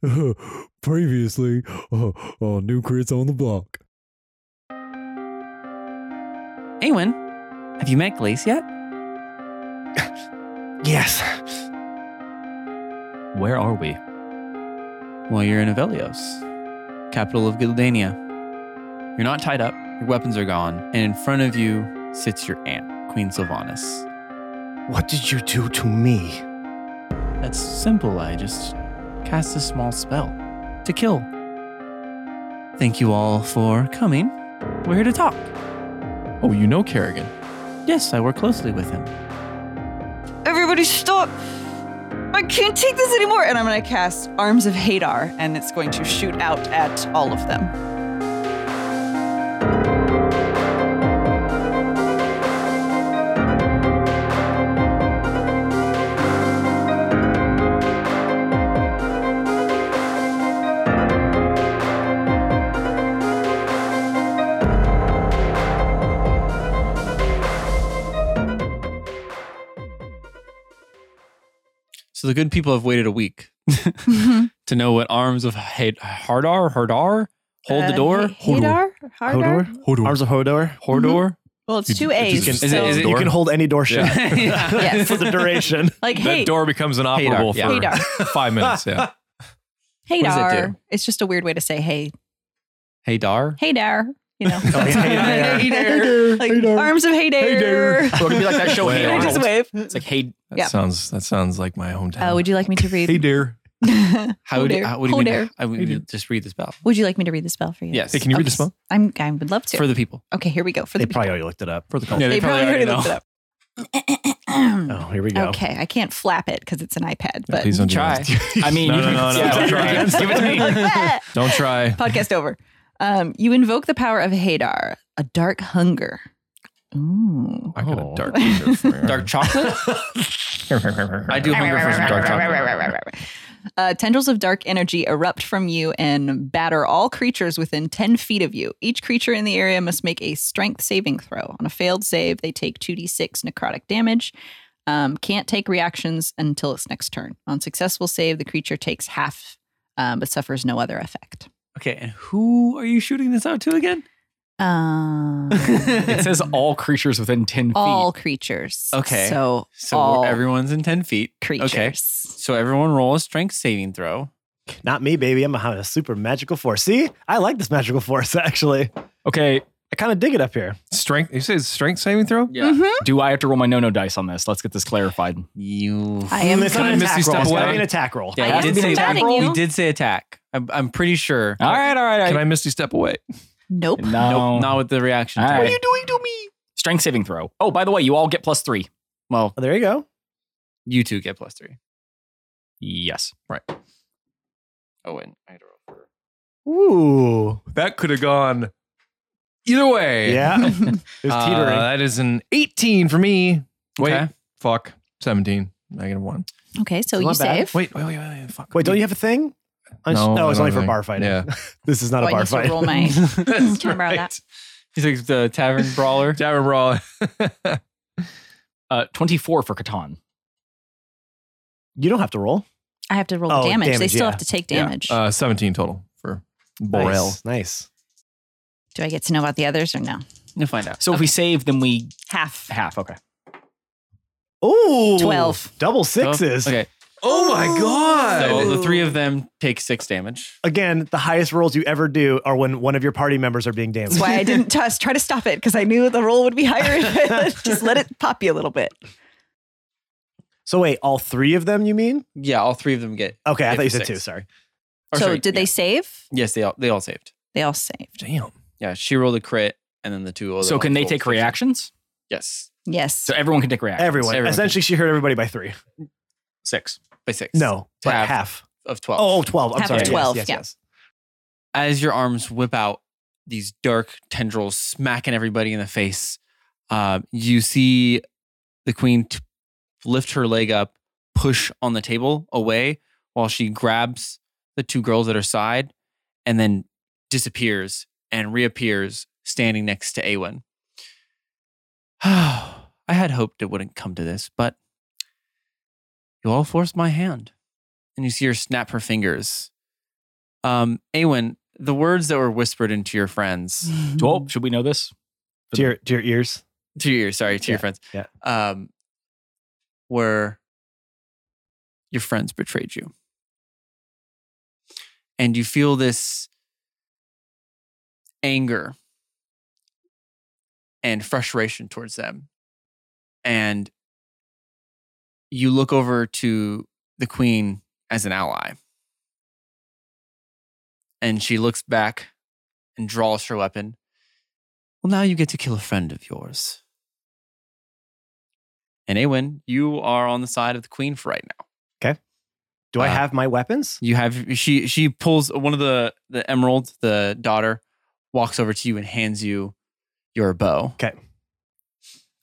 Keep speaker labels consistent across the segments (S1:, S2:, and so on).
S1: Previously, uh, on New Crits on the Block.
S2: Awen, have you met Glace yet?
S3: Yes.
S2: Where are we? Well, you're in Avelios, capital of Gildania. You're not tied up, your weapons are gone, and in front of you sits your aunt, Queen Sylvanas.
S3: What did you do to me?
S2: That's simple, I just cast a small spell to kill. Thank you all for coming. We're here to talk.
S4: Oh, you know Kerrigan.
S2: Yes, I work closely with him.
S5: Everybody stop! I can't take this anymore! And I'm gonna cast Arms of Hadar, and it's going to shoot out at all of them.
S2: So the good people have waited a week to know what arms of Had- Hardar, Hardar, hold the door,
S5: Uh, Hadar? Hadar?
S3: Arms of Hodor.
S2: Hordor.
S5: Well, it's
S4: You-
S5: two
S4: you
S5: A's.
S4: can-
S2: is it-
S5: so,
S2: is it-
S3: You can hold any door shut
S2: Mm-hmm. Yeah.
S5: Yes.
S3: for the duration.
S5: like, hey,
S4: That door becomes inoperable
S2: Hadar,
S5: yeah.
S4: for five minutes. Yeah.
S5: Hadar.
S2: does it do?
S5: It's just a weird way to say hey.
S2: Hey Dar.
S5: Hadar. You
S2: Oh,
S5: know?
S3: yeah,
S5: Hadar. Like, Arms of Hadar.
S4: Or it'd be like that show,
S2: Hey
S4: Hey
S5: I just
S4: Arnold.
S5: wave.
S4: It's like, hey, that
S5: Yeah.
S4: sounds that sounds like my hometown.
S3: Oh,
S5: Uh, would you like me to
S4: hey,
S5: read?
S4: dear.
S2: How would you,
S5: Hodor.
S2: how, what do you mean?
S5: Hodor.
S2: I would just read the spell.
S5: Would you like me to read the spell for you?
S2: Yes.
S4: Hey, can you read
S5: Okay,
S4: the spell?
S5: I'm, I would love to.
S2: For the people.
S5: okay, here we go. For the
S3: They probably already looked it up.
S4: For the
S2: Yeah,
S5: they, probably already looked it up.
S3: Oh, here we go.
S5: Okay, I can't flap it because it's an iPad. But
S4: Please don't do
S2: Try.
S4: that.
S2: I mean,
S4: no,
S2: you
S4: no,
S2: can-
S4: no, no,
S2: yeah, try.
S4: don't try.
S2: Give it to me.
S4: Don't try.
S5: Podcast over. Um, you invoke the power of Hadar, a dark hunger. Ooh.
S4: I got
S3: Oh.
S4: a dark window for you.
S2: Dark chocolate? I do hunger for some dark chocolate.
S5: Uh, tendrils of dark energy erupt from you and batter all creatures within 10 feet of you. Each creature in the area must make a strength saving throw. On a failed save, they take 2d6 necrotic damage. Um, can't take reactions until its next turn. On successful save, the creature takes half um, but suffers no other effect.
S2: Okay, and who are you shooting this out to again?
S5: Um,
S6: it says all creatures within 10 feet.
S5: all creatures.
S2: Okay.
S5: So,
S2: So
S5: all
S2: everyone's in 10 feet.
S5: creatures.
S2: So everyone roll a strength saving throw.
S3: Not me, baby. I'm behind a super magical force. See, I like this magical force, actually.
S6: Okay,
S3: I kind of dig it up here.
S4: Strength. You say it's strength saving throw?
S2: Yeah.
S5: Mm-hmm.
S6: do I have to roll my no-no dice on this? Let's get this clarified.
S2: You.
S5: I am
S3: It's not
S4: Miss you step
S3: roll. It's gotta
S4: away.
S3: be an attack roll.
S2: Yeah,
S5: I
S2: he
S5: am
S2: did say
S5: combating you.
S2: He did say attack. I'm, I'm pretty sure.
S6: All right, all right. all
S4: Can
S6: right.
S4: I misty step away?
S5: Nope.
S6: No.
S2: Nope, not with the reaction.
S6: All
S2: time.
S6: right. What
S3: doing to me?
S6: Strength saving throw. Oh, by the way, you all get plus three.
S2: Well,
S3: Oh, there you go.
S2: you two get plus three.
S6: Yes.
S2: Oh, and I don't know.
S3: Ooh.
S4: That could have gone either way.
S3: Yeah. it was
S4: Uh,
S3: teetering.
S4: that is an 18 for me. Wait,
S2: Okay.
S4: fuck. 17. Negative one.
S5: Okay, so
S3: It's not
S5: you
S3: bad.
S5: save.
S4: Wait, wait, wait, wait, wait. Fuck.
S3: Wait, don't you have a thing? I just-
S4: No,
S3: no,
S4: I
S3: it's
S4: don't
S3: only for
S4: think-
S3: bar fighting.
S4: yeah.
S3: this is not
S5: Do
S3: a
S5: I
S3: bar
S5: need to
S3: fight.
S5: roll my
S4: That's
S5: Can I borrow that?
S2: He's like the tavern brawler.
S4: Tavern Brawl.
S6: Uh, 24 for Catan.
S3: You don't have to roll.
S5: I have to roll
S3: Oh,
S5: damage. They
S3: damage,
S5: still
S3: yeah.
S5: have to take
S4: Yeah.
S5: damage.
S4: Uh, 17 total for Borel.
S3: Nice. nice.
S5: Do I get to know about the others or no?
S2: You'll find out.
S6: So if we save, then we
S5: Half.
S6: half. Okay.
S3: Ooh.
S5: 12.
S3: Double sixes.
S2: Okay.
S4: Oh my god.
S2: So the three of them take six damage.
S3: Again, the highest rolls you ever do are when one of your party members are being damaged.
S5: That's why I didn't t- try to stop it because I knew the roll would be higher. Just let it pop you a little bit.
S3: So wait, all three of them you mean?
S2: Yeah, all three of them get.
S3: Okay, I
S2: Yeah,
S3: thought you
S2: for
S3: said
S2: six.
S3: two, sorry.
S2: or
S5: so
S2: sorry,
S5: did they
S2: yeah.
S5: save?
S2: Yes, they all they all saved.
S5: They all saved.
S4: Damn.
S2: Yeah, she rolled a crit, and then the two. Other
S6: So can
S2: ones
S6: they
S2: rolled
S6: take
S2: six.
S6: reactions?
S2: Yes,
S5: Yes.
S6: So everyone can take reactions.
S3: Everyone.
S2: Everyone.
S3: Essentially she hurt everybody by three.
S6: Six.
S2: by six.
S3: No, by
S2: Half.
S3: half.
S2: of twelve.
S3: Oh, oh, 12. I'm
S5: Half of
S3: sorry. Yes,
S5: 12,
S3: Yes,
S5: yeah.
S3: yes.
S2: as your arms whip out these dark tendrils smacking everybody in the face, uh, you see the queen t- lift her leg up, push on the table away while she grabs the two girls at her side and then disappears and reappears standing next to Awen. I had hoped it wouldn't come to this, but you all forced my hand. And you see her snap her fingers Um, Awen, the words that were whispered into your friends,
S6: Well, should we know this?
S3: to your to your ears.
S2: to your ears, sorry, to your
S3: Yeah,
S2: friends,
S3: yeah.
S2: um, were your friends betrayed you. And you feel this anger and frustration towards them. And you look over to the queen as an ally. And she looks back and draws her weapon. Well, now you get to kill a friend of yours. And Awen, you are on the side of the queen for right now.
S3: Do I
S2: Uh,
S3: have my weapons?
S2: You have she she pulls one of the the emerald, the daughter, walks over to you and hands you your bow.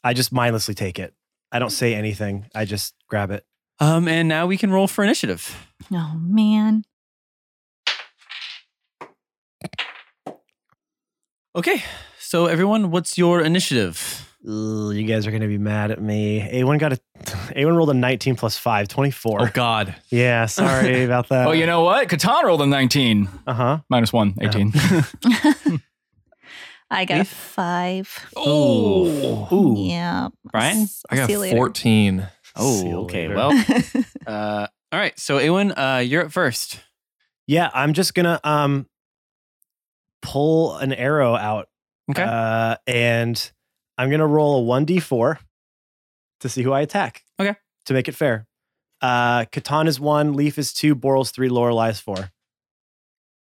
S3: I just mindlessly take it. I don't say anything. I just grab it.
S2: Um, and now we can roll for initiative.
S5: Oh man.
S2: Okay, so everyone, what's your initiative?
S3: Ugh, you guys are going to be mad at me. A1 got a A1 rolled a 19 plus 5,
S2: Oh,
S3: 24.
S4: God.
S3: Yeah, sorry about that.
S6: oh, you know what? Catan rolled a 19.
S3: Uh-huh.
S6: Minus one, 18.
S5: I got a
S2: Leaf?
S5: five.
S4: Oh.
S5: Yeah.
S2: Brian?
S5: S-
S4: I got
S5: see you later.
S4: 14.
S2: Oh,
S3: See you
S2: okay.
S3: later.
S2: Well, uh, all right. So Awen, uh, you're up first.
S3: Yeah, I'm just going to um pull an arrow out
S2: Okay.
S3: uh, and I'm going to roll a 1d4 to see who I attack.
S2: Okay.
S3: To make it fair. Uh, Catan is one, Leaf is two, Boral's three, Lorelai's four.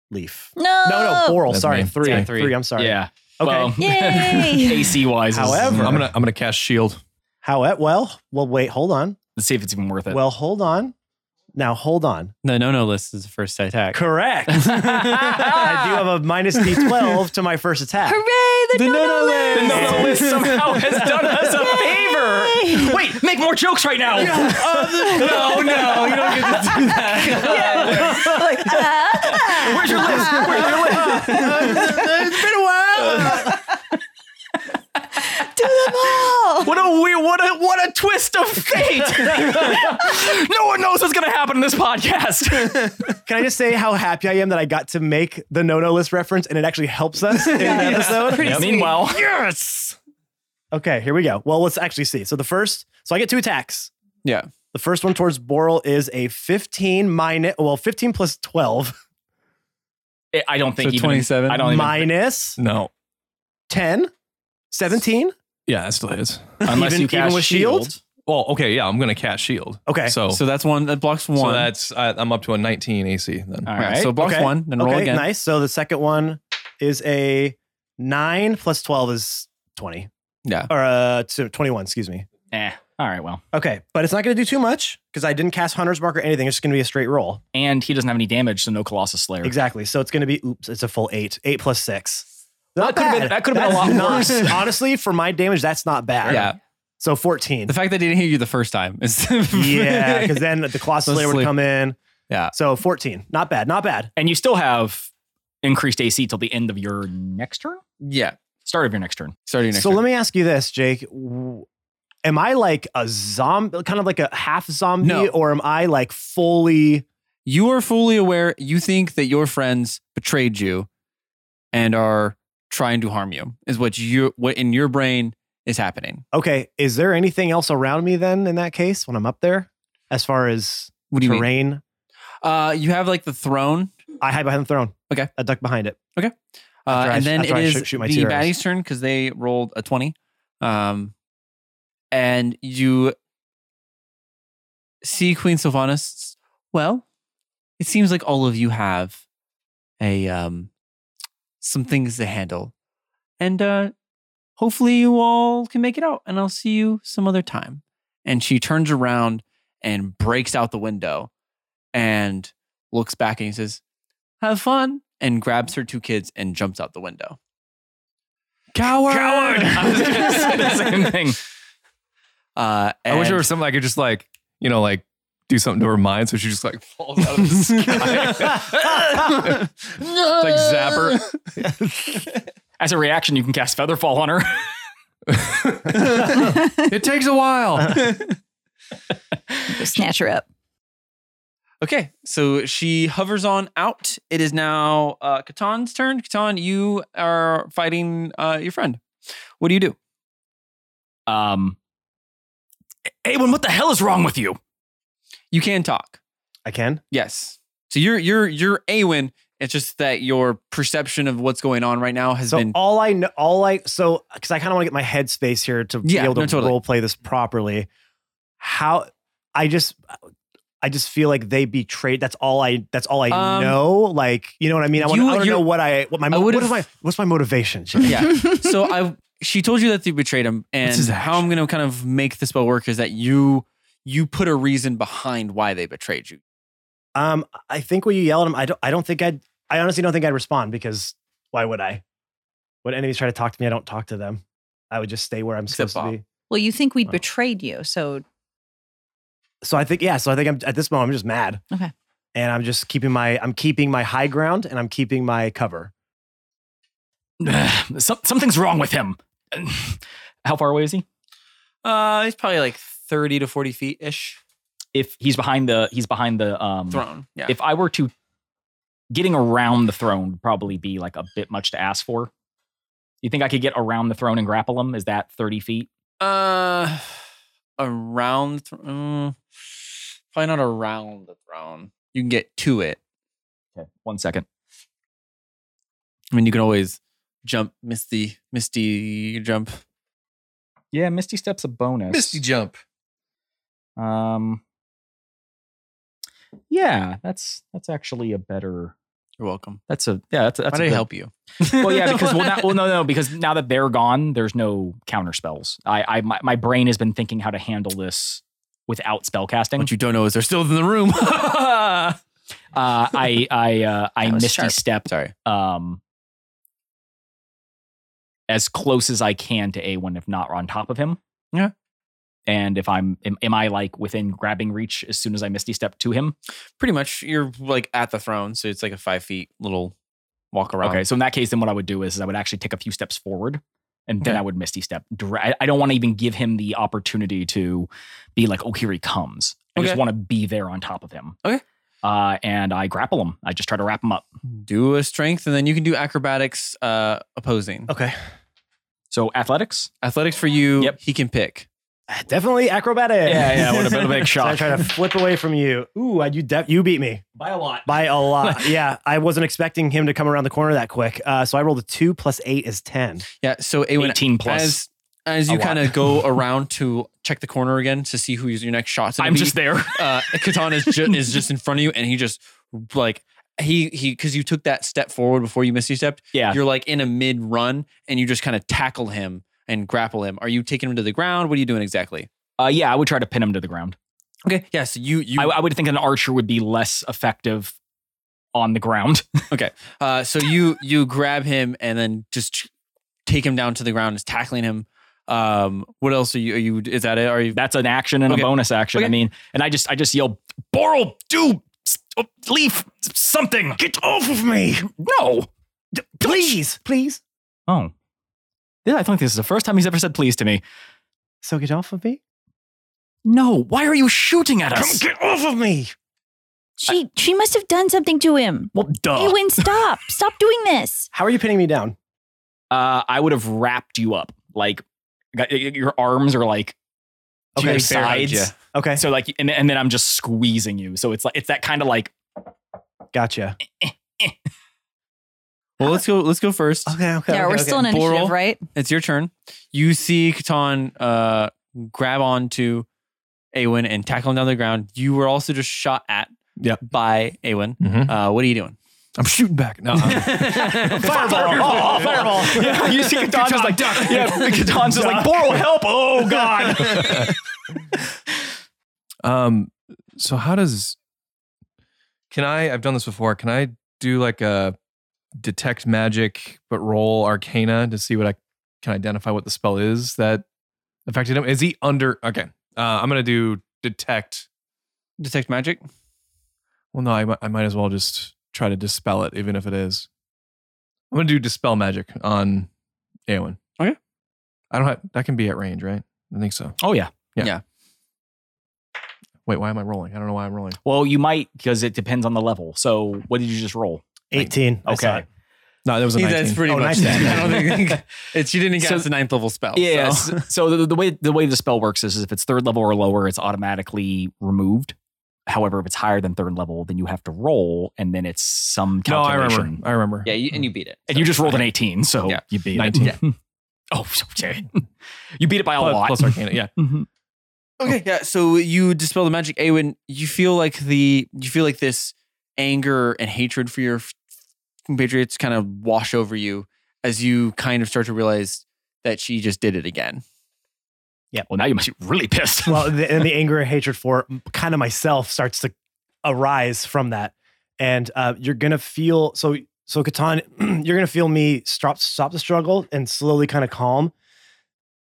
S3: Leaf.
S5: no.
S3: No, no, Boral.
S4: That's
S3: Sorry,
S4: me.
S3: three,
S2: Yeah,
S3: Oh! three.
S2: three.
S3: I'm sorry.
S6: yeah.
S3: Okay.
S6: Well,
S5: Yay.
S6: AC wise.
S3: However-
S4: I'm gonna I'm gonna cast shield.
S3: How? At, well, well, wait. Hold on.
S6: let's see if it's even worth it.
S3: Well, hold on. Now, hold on.
S2: the no no list is the first attack.
S3: Correct. I do have a minus d12 to my first attack.
S5: Hooray! The,
S3: The
S5: no-no
S3: no-no
S5: list.
S6: the Nova list somehow has done us a favor.
S5: Yay.
S6: Wait, make more jokes right now.
S2: no, no, you don't get to do that.
S5: Like, ah.
S6: Where's your list? Where's your list?
S3: it's been a while.
S5: Do them all.
S6: What a weird, what a what a twist of fate. no one knows what's gonna happen in this podcast.
S3: Can I just say how happy I am that I got to make the no no list reference and it actually helps us in the episode?
S5: Pretty sweet.
S6: Meanwhile,
S3: Yes. Okay, here we go. Well, let's actually see. So the first, so I get two attacks.
S2: Yeah.
S3: The first one towards Boral is a 15 minus, well, 15 plus 12
S6: I- I don't think
S2: So
S6: even
S2: 27?
S6: I don't even
S3: minus
S4: No.
S3: 10, 17.
S4: Yeah, that still hits.
S6: unless
S3: even-
S6: you cast
S3: even with shield?
S4: Well, okay, yeah, I'm gonna cast shield.
S3: Okay.
S4: So
S2: Oh. So
S4: so,
S2: that's one. That blocks one.
S4: that's I, I'm up to a 19 AC then.
S6: All
S2: all right.
S6: right.
S2: So blocks
S3: Okay.
S2: one. Then roll
S3: okay,
S2: again.
S3: nice. So the second one is a nine plus twelve is twenty
S2: Yeah.
S3: or uh so twenty-one. Excuse me.
S6: Eh, all right. Well,
S3: Okay, but it's not going to do too much because I didn't cast Hunter's Mark or anything. It's just going to be a straight roll.
S6: and he doesn't have any damage, so no Colossus Slayer.
S3: Exactly. So it's going to be oops. It's a full eight. Eight plus six. Not
S6: That could've
S3: bad.
S6: been- that could've been a
S3: That's
S6: lot
S3: not-
S6: worse.
S3: Honestly, for my damage, that's not bad.
S2: Yeah.
S3: So fourteen.
S2: The fact that I didn't hear you the first time is
S3: yeah, because then the Colossus
S2: Let's
S3: Slayer would
S2: sleep.
S3: come in.
S2: Yeah.
S3: So fourteen. Not bad. Not bad.
S6: And you still have increased AC till the end of your next turn?
S2: yeah.
S6: Start of your next turn.
S2: Starting next.
S3: so
S2: turn.
S3: let me ask you this, Jake. W- Am I like a zombie, kind of like a half zombie,
S2: No.
S3: or am I like fully?
S2: you are fully aware. You think that your friends betrayed you, and are trying to harm you. Is what you what in your brain is happening.
S3: Okay, is there anything else around me then in that case when I'm up there? As far as
S2: What do you mean?
S3: terrain,
S2: Uh, you have like the throne,
S3: I hide behind the throne.
S2: Okay.
S3: I duck behind it.
S2: uh,
S3: After I-
S2: and then
S3: after
S2: it
S3: I
S2: is
S3: shoot- shoot my
S2: the
S3: two arrows.
S2: baddie's turn because they rolled a twenty, um, and you see Queen Sylvanas. Well, it seems like all of you have a um, some things to handle, and uh, hopefully you all can make it out. And I'll see you some other time. And she turns around and breaks out the window, and looks back and he says, "Have fun." And grabs her two kids and jumps out the window. Coward!
S6: I was going to say the same thing.
S2: Uh,
S4: I wish
S2: and-
S4: there was something I could just like, you know, like do something to her mind so she just like falls out of the sky. It's like zapper.
S6: As a reaction, you can cast Featherfall on her.
S4: It takes a while.
S5: Snatch her up.
S2: Okay, so she hovers on out. It is now uh, Katan's turn. Katan, you are fighting uh, your friend. What do you do?
S6: Um, Awen, what the hell is wrong with you?
S2: You can talk.
S3: I can.
S2: Yes. So you're you're you're Awen. It's just that your perception of what's going on right now has
S3: So
S2: been
S3: all I know, all I so because I kind of want to get my head space here to be
S2: Yeah,
S3: able to
S2: no, totally.
S3: role play this properly. How I just I just feel like they betrayed. That's all I. That's all I
S2: Um,
S3: know. Like you know what I mean. I, want,
S2: you-
S3: I don't
S2: you-
S3: know what I what my
S2: I
S3: what
S2: would've-
S3: is my what's my motivation. Jay?
S2: yeah. So I she told you that you betrayed him, and
S4: his
S2: how I'm going to kind of make the spell work is that you you put a reason behind why they betrayed you.
S3: Um, I think when you yell at him, I don't. I don't think I'd. I honestly don't think I'd respond because why would I? When enemies try to talk to me, I don't talk to them. I would just stay where I'm
S2: Except
S3: supposed to be.
S5: Well, you think we
S3: Wow.
S5: betrayed you, so
S3: So I think yeah. So I think I'm at this moment. I'm just mad.
S5: Okay.
S3: And I'm just keeping my. I'm keeping my high ground and I'm keeping my cover.
S6: Some, something's wrong with him. How far away is he?
S2: Uh, he's probably like thirty to forty feet ish.
S6: If he's behind the, he's behind the um,
S2: Throne. Yeah.
S6: If I were to getting around the throne would probably be like a bit much to ask for. You think I could get around the throne and grapple him? Is that thirty feet?
S2: Uh, around the thr- mm, probably not around the throne. You can get to it.
S6: Okay, one second.
S2: I mean, you can always jump, misty, misty jump.
S6: Yeah, Misty Step's a bonus.
S4: Misty jump.
S6: Um. Yeah, that's that's actually a better.
S2: You're welcome.
S6: That's a yeah. That's a, that's
S2: How did
S6: a
S2: I
S6: good-
S2: help you?
S6: Well, yeah, because well, not, well, no, no, because now that they're gone, there's no counter spells. I, I, my, my brain has been thinking how to handle this without spell casting.
S2: what you don't know is they're still in the room.
S6: uh, I, I, uh, I
S5: That was
S6: misty
S5: sharp.
S6: step
S2: Sorry.
S6: um, as close as I can to A1, if not on top of him.
S2: Yeah.
S6: And if I'm, am, am I like within grabbing reach as soon as I misty step to him?
S2: Pretty much, you're like at the throne, so it's like a five feet little walk around.
S6: Okay, so in that case, then what I would do is, is I would actually take a few steps forward, and then
S2: Okay.
S6: I would Misty Step. Dire- I- I don't want to even give him the opportunity to be like, "Oh, here he comes." I just
S2: Okay.
S6: want to be there on top of him.
S2: Okay.
S6: Uh, and I grapple him. I just try to wrap him up.
S2: Do a strength, and then you can do acrobatics uh, opposing.
S3: Okay.
S6: So athletics.
S2: Athletics for you.
S6: Yep.
S2: He can pick.
S3: Definitely acrobatic.
S6: Yeah, yeah, what a bit of a big
S3: So I
S6: shock.
S3: try to flip away from you. Ooh, I, you def- you beat me
S6: By a lot.
S3: by a lot. yeah, I wasn't expecting him to come around the corner that quick. Uh, so I rolled a two plus eight is ten.
S2: Yeah. So Awen,
S6: Eighteen plus.
S2: as as
S6: a
S2: you
S6: lot.
S2: kind of go around to check the corner again to see who your next shot's gonna
S6: I'm
S2: be,
S6: just there.
S2: uh, Katan is, ju- is just in front of you, and he just like he he because you took that step forward before you misty stepped.
S6: Yeah.
S2: You're like in a mid run, and you just kind of tackle him and grapple him. Are you taking him to the ground? What are you doing exactly?
S6: Uh, yeah, I would try to pin him to the ground.
S2: Okay. Yeah. So you you
S6: I, I would think an archer would be less effective on the ground.
S2: Uh, so you you grab him and then just take him down to the ground. Is tackling him. Um, what else are you? Are you? Is that it? Are you?
S6: That's an action and
S2: Okay.
S6: a bonus action. I
S2: Okay.
S6: mean, and I just I just yell, "Boral, do s- oh, leaf s- something."
S3: Get off of me,
S6: No.
S3: please, please.
S6: Oh. Yeah, I think this is the first time he's ever said please to me.
S3: So get off of me.
S6: No, why are you shooting at
S3: Come
S6: us?
S3: get off of me.
S7: She she must have done something to him.
S6: Well,
S3: Oh.
S6: duh.
S7: Awen, stop. stop doing this.
S3: How are you pinning me down?
S6: Uh, I would have wrapped you up. Like got- y- y- your arms are like to
S3: Okay,
S6: your
S3: fair,
S6: sides.
S2: yeah.
S3: Okay,
S6: So like and, and then I'm just squeezing you. So it's like it's that kind of like
S3: gotcha.
S2: Well, let's go. Let's go first.
S3: Okay, okay.
S5: yeah, we're still in initiative,
S2: Boral.
S5: right?
S2: It's your turn. You see Catan uh, grab onto Awen and tackle him down to the ground. You were also just shot at
S4: Yep.
S2: by Awen.
S4: Mhm.
S2: Uh, what are you doing?
S4: I'm shooting back. No. I'm-
S6: Fireball! Oh, fireball! Yeah, you see Katan's just like, yeah, Katan's just like, Boral, help! Oh god!
S4: um. So how does? Can I? I've done this before. Can I do like a detect magic, but roll Arcana to see what I can identify what the spell is that affected him? Is he under? Okay. Uh, I'm gonna do detect.
S2: Detect magic.
S4: Well, no, I, mi- I might as well just try to dispel it, even if it is. I'm gonna do dispel magic on Aowen.
S2: Okay.
S4: I don't have that can be at range, right? I think so.
S6: Oh yeah.
S4: Yeah.
S2: Yeah.
S4: Wait, why am I rolling? I don't know why I'm rolling.
S6: Well, you might because it depends on the level. So what did you just roll?
S3: 18. I saw
S6: Okay.
S3: it.
S4: No, that was a
S2: Yeah,
S4: 19.
S2: that's pretty
S3: Oh,
S2: much
S3: 19.
S2: that. I don't think it's you didn't
S6: So-
S2: cast a ninth level spell.
S6: Yeah.
S2: so-
S6: Oh, So, so the, the way the way the spell works is if it's third level or lower, it's automatically removed. However, if it's higher than third level, then you have to roll, and then it's some
S4: no, I
S6: calculation.
S4: remember. I remember.
S2: Yeah, you, and you beat it.
S6: And you just rolled an 18, so
S2: Yeah.
S6: you beat
S4: 19.
S6: it. Oh, okay. you beat it by a
S4: Plus-
S6: lot.
S4: plus Arcana, yeah.
S6: Mhm.
S2: Okay, yeah. So you dispel the magic, Awen. You feel like the you feel like this anger and hatred for your f- compatriots kind of wash over you as you kind of start to realize that she just did it again.
S6: Well, now you must be really pissed.
S3: Well, the, and the anger and hatred for kind of myself starts to arise from that. And uh, you're going to feel so, so Catan, you're going to feel me stop, stop the struggle and slowly kind of calm.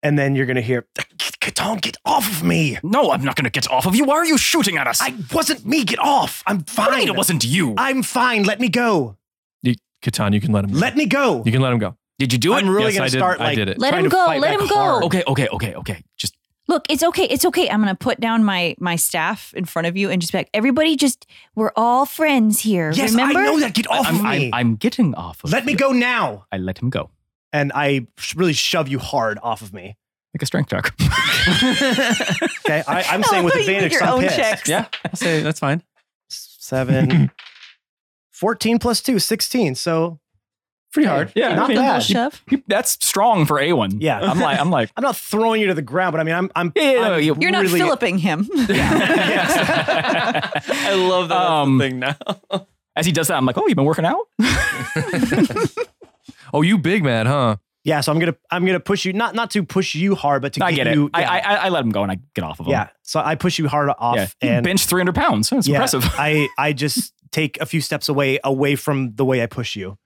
S3: And then you're going to hear, Catan, get off of me.
S6: no, I'm not going to get off of you. Why are you shooting at us?
S3: I wasn't me. Get off. I'm
S6: Right,
S3: fine.
S6: It wasn't you.
S3: I'm fine. Let me go.
S4: You, Catan, you can let him. Go.
S3: Let me go.
S4: you can let him go.
S6: Did you do it?
S3: I'm really
S4: yes,
S3: going
S4: I
S3: to
S4: did.
S3: start
S4: I
S3: like
S4: did it.
S7: Let
S3: trying
S7: him
S3: to
S7: go.
S3: fight
S7: Let
S3: back
S7: him go. Oh,
S3: hard.
S6: okay, okay, okay, okay. Just
S7: Look, it's okay. It's okay. I'm going to put down my my staff in front of you and just be like, everybody just we're all friends here.
S3: Yes,
S7: Remember?
S3: I know that. Get off
S6: I'm,
S3: of me.
S6: I'm, I'm getting off of
S3: Let me
S6: you.
S3: go now.
S6: I let him go.
S3: And I sh- really shove you hard off of me.
S6: Make a strength check.
S3: Okay. I, I'm
S7: Oh, I
S3: saying with
S7: thought you made
S3: advantage.
S7: your
S3: so I'm
S7: own
S3: pissed.
S7: checks.
S2: yeah, I'll say that's fine.
S3: Seven. 14 plus two, 16. So
S2: Pretty hard.
S6: yeah,
S3: Not
S7: Little
S3: bad.
S7: shove.
S6: He- that's strong for A1.
S3: Yeah.
S6: I'm like, I'm like,
S3: I'm not throwing you to the ground, but I mean, I'm, I'm,
S6: yeah, yeah, no,
S3: I'm
S6: you-
S5: You're not
S3: really-
S5: Philipping him.
S2: I love that that's the
S6: Um,
S2: thing now.
S6: As he does that, I'm like, oh, you've been working out?
S4: Oh, you big man, huh?
S3: yeah. So I'm going to, I'm going to push you, not, not to push you hard, but to
S6: I get it.
S3: you.
S6: I,
S3: yeah.
S6: I, I- I let him go and I get off of him.
S3: yeah. So I push you hard off
S6: yeah. He
S3: and
S6: benched 300 pounds. That's
S3: Yeah,
S6: impressive.
S3: I, I just take a few steps away, away from the way I push you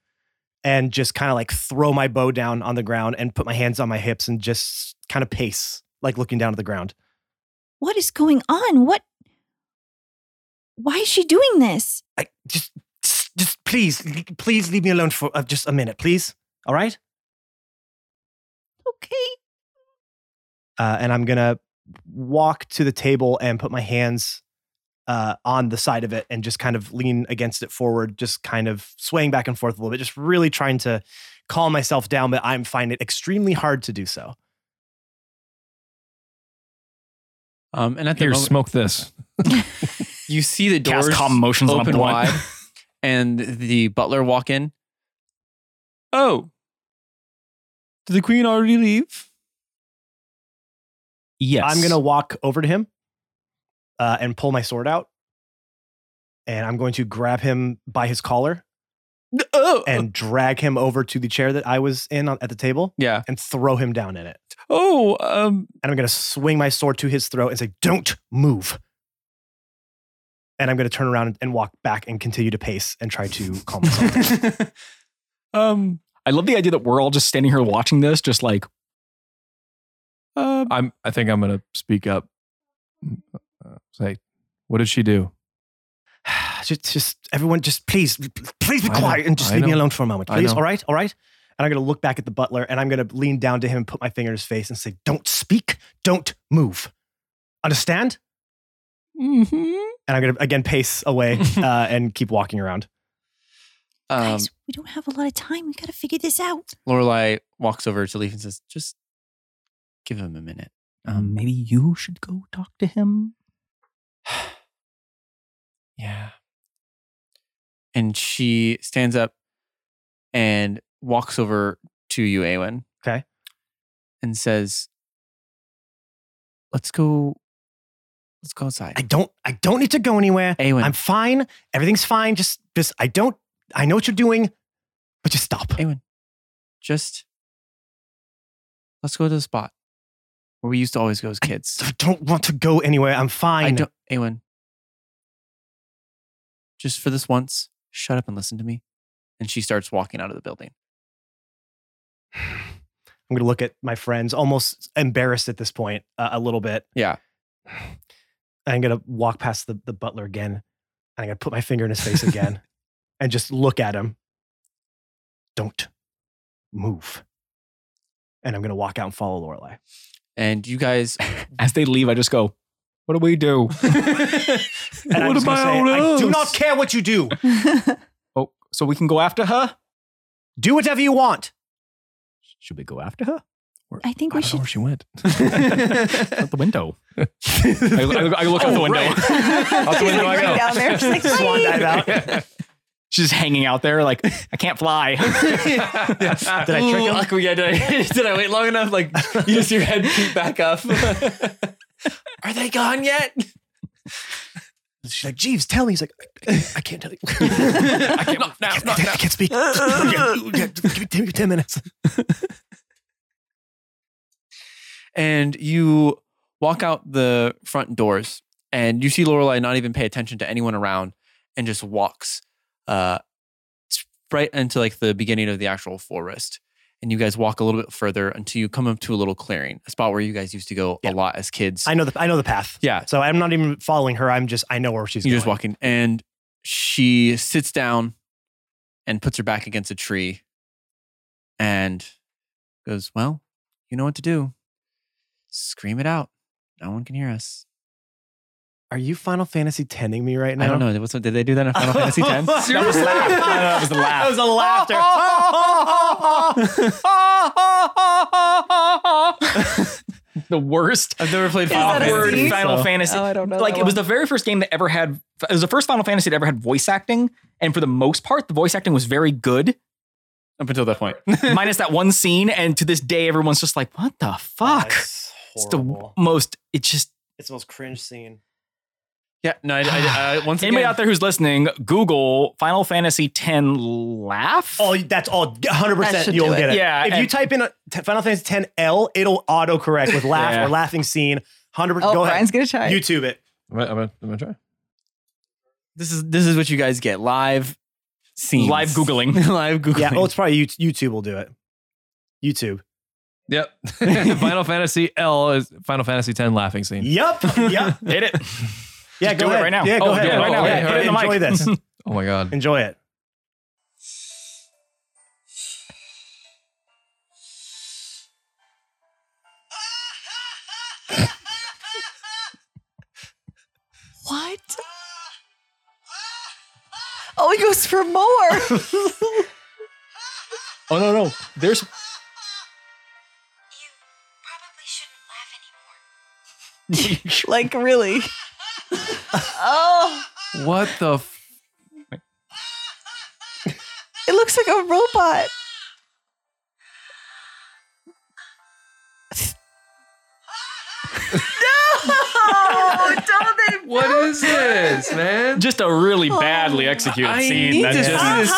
S3: and just kind of like throw my bow down on the ground and put my hands on my hips and just kind of pace, like looking down at the ground.
S7: What is going on? What? Why is she doing this?
S3: I just, just please, please leave me alone for uh, just a minute, please. All right.
S7: Okay.
S3: Uh, and I'm gonna walk to the table and put my hands uh, on the side of it and just kind of lean against it forward, just kind of swaying back and forth a little bit, just really trying to calm myself down. But I'm find it extremely hard to do so.
S2: Um, and at the
S4: Here,
S2: moment,
S4: smoke this.
S2: you see the doors
S6: Cast calm motions on a
S2: open
S6: blunt.
S2: wide, and the butler walk in. Oh, did the queen already leave?
S6: yes.
S3: I'm gonna walk over to him uh, and pull my sword out, and I'm going to grab him by his collar
S2: Oh,
S3: and drag him over to the chair that I was in on, at the table
S2: yeah.
S3: and throw him down in it.
S2: Oh, um,
S3: and I'm going to swing my sword to his throat and say, "Don't move." And I'm going to turn around and walk back and continue to pace and try to calm myself. down.
S2: um,
S6: I love the idea that we're all just standing here watching this, just like,
S2: uh,
S4: I'm. I think I'm gonna speak up. Uh, Say, what did she do?
S3: just, just everyone, just please, please be
S4: I know,
S3: quiet and just
S4: I
S3: leave me
S4: know,
S3: alone for a moment,
S4: I
S3: please.
S4: know.
S3: All right, all right. And I'm going to look back at the butler and I'm going to lean down to him and put my finger in his face and say, "Don't speak, don't move." Understand?
S2: mm-hmm.
S3: And I'm going to again pace away uh, and keep walking around.
S2: um,
S7: Guys, we don't have a lot of time. We gotta figure this out.
S2: Lorelai walks over to Leaf and says, "Just give him a minute."
S6: um, maybe you should go talk to him.
S2: Yeah. And she stands up and walks over to you, Awen.
S3: Okay.
S2: And says, "Let's go. Let's go outside."
S3: I don't, I don't need to go anywhere.
S2: Awen,
S3: I'm fine. Everything's fine. Just, just, I don't, I know what you're doing, but just stop.
S2: Awen, just let's go to the spot where we used to always go as kids.
S3: I don't want to go anywhere. I'm fine.
S2: I don't, Awen. Just for this once, shut up and listen to me. And she starts walking out of the building.
S3: I'm going to look at my friends, almost embarrassed at this point, uh, a little bit.
S2: Yeah.
S3: I'm going to walk past the, the butler again. And I'm going to put my finger in his face again and just look at him. Don't move. And I'm going to walk out and follow Lorelai.
S2: And you guys,
S6: As they leave, I just go, What do we do?
S3: And I'm
S1: What
S3: just gonna
S1: about
S3: say, I do
S1: us?
S3: not care what you do.
S6: Oh, so we can go after her?
S3: Do whatever you want.
S6: Should we go after her?
S7: I think
S4: I
S7: we
S4: don't
S7: should.
S4: know where she went.
S6: Out the window. I, I- I look out the window.
S4: Out the window I
S7: Right
S4: go.
S7: down there. She's like,
S3: Swan dive out. Did
S6: She's just hanging out there, like I can't fly.
S3: I trick him?
S2: Ooh, yeah, did, I, did I wait long enough? Like, you just your head peep back up. Are they gone yet?
S3: She's like, Jeeves, tell me. He's like, I, I can't tell you. I can't,
S2: Not now,
S3: I can't-
S2: not now.
S3: I can't speak. Yeah, yeah, Give me 10 10 minutes.
S2: and you walk out the front doors and you see Lorelai not even pay attention to anyone around and just walks uh s- right into like the beginning of the actual forest. And you guys walk a little bit further until you come up to a little clearing, a spot where you guys used to go a
S3: Yeah.
S2: lot as kids.
S3: I know the I know the path.
S2: yeah.
S3: So I'm not even following her. I'm just I know where she's
S2: You're
S3: going.
S2: just walking. And she sits down and puts her back against a tree and goes, Well, you know what to do. Scream it out. No one can hear us.
S3: Are you Final Fantasy 10ing me right now?
S2: I don't know. What's, did they do that in Final Fantasy X?
S6: That was laugh. No, that was the laugh.
S3: That was a laughter.
S6: the worst
S2: I've never played Final
S7: that a
S6: awkward
S7: scene?
S2: Fantasy.
S6: Final
S3: So-
S6: Fantasy.
S7: Oh, I don't know.
S6: like
S7: that
S6: it was
S7: one.
S6: the very first game that ever had it was the first Final Fantasy that ever had voice acting, and for the most part, the voice acting was very good,
S2: Up until that point.
S6: minus that one scene. And to this day, everyone's just like, "What the fuck?"
S3: It's,
S6: it's the most. It's just
S3: it's the most cringe scene.
S2: Yeah, no, I, I, I, once
S6: anybody
S2: again,
S6: out there who's listening, Google Final Fantasy X laugh.
S3: Oh, that's all
S7: That
S3: 100. percent
S7: should
S3: You'll
S7: do it.
S3: get it.
S6: Yeah,
S3: If you
S6: and-
S3: type in a t- Final Fantasy 10 L, it'll autocorrect with laugh
S6: Yeah.
S3: or laughing scene. 100. percent
S7: Oh,
S3: go
S7: Brian's
S3: ahead.
S7: gonna try.
S3: YouTube it.
S4: I'm gonna, I'm gonna- I'm gonna try.
S2: this is this is what you guys get live scenes,
S6: Live Googling.
S2: live Googling.
S3: Yeah. Oh, it's probably you- YouTube will do it. YouTube.
S4: Yep. Final Fantasy L is Final Fantasy X laughing scene.
S3: Yup. Yup.
S6: Hit it.
S3: Yeah.
S6: do
S3: Go
S6: it
S3: ahead
S6: right now.
S3: Yeah. Go
S6: Oh,
S3: ahead.
S6: do it right
S3: Go
S4: now.
S3: ahead.
S4: Hit it in
S6: the
S3: Enjoy
S6: mic.
S3: this.
S4: Oh my god.
S3: Enjoy it.
S7: What? Oh, he goes for more.
S6: Oh no no. There's
S8: You probably shouldn't laugh anymore.
S7: like really? Oh,
S4: What the? F-
S7: it looks like a robot. no! Don't they?
S4: what is this, man?
S6: just a really
S7: Oh.
S6: badly executed
S2: I
S6: scene
S2: need
S6: that
S2: to
S6: just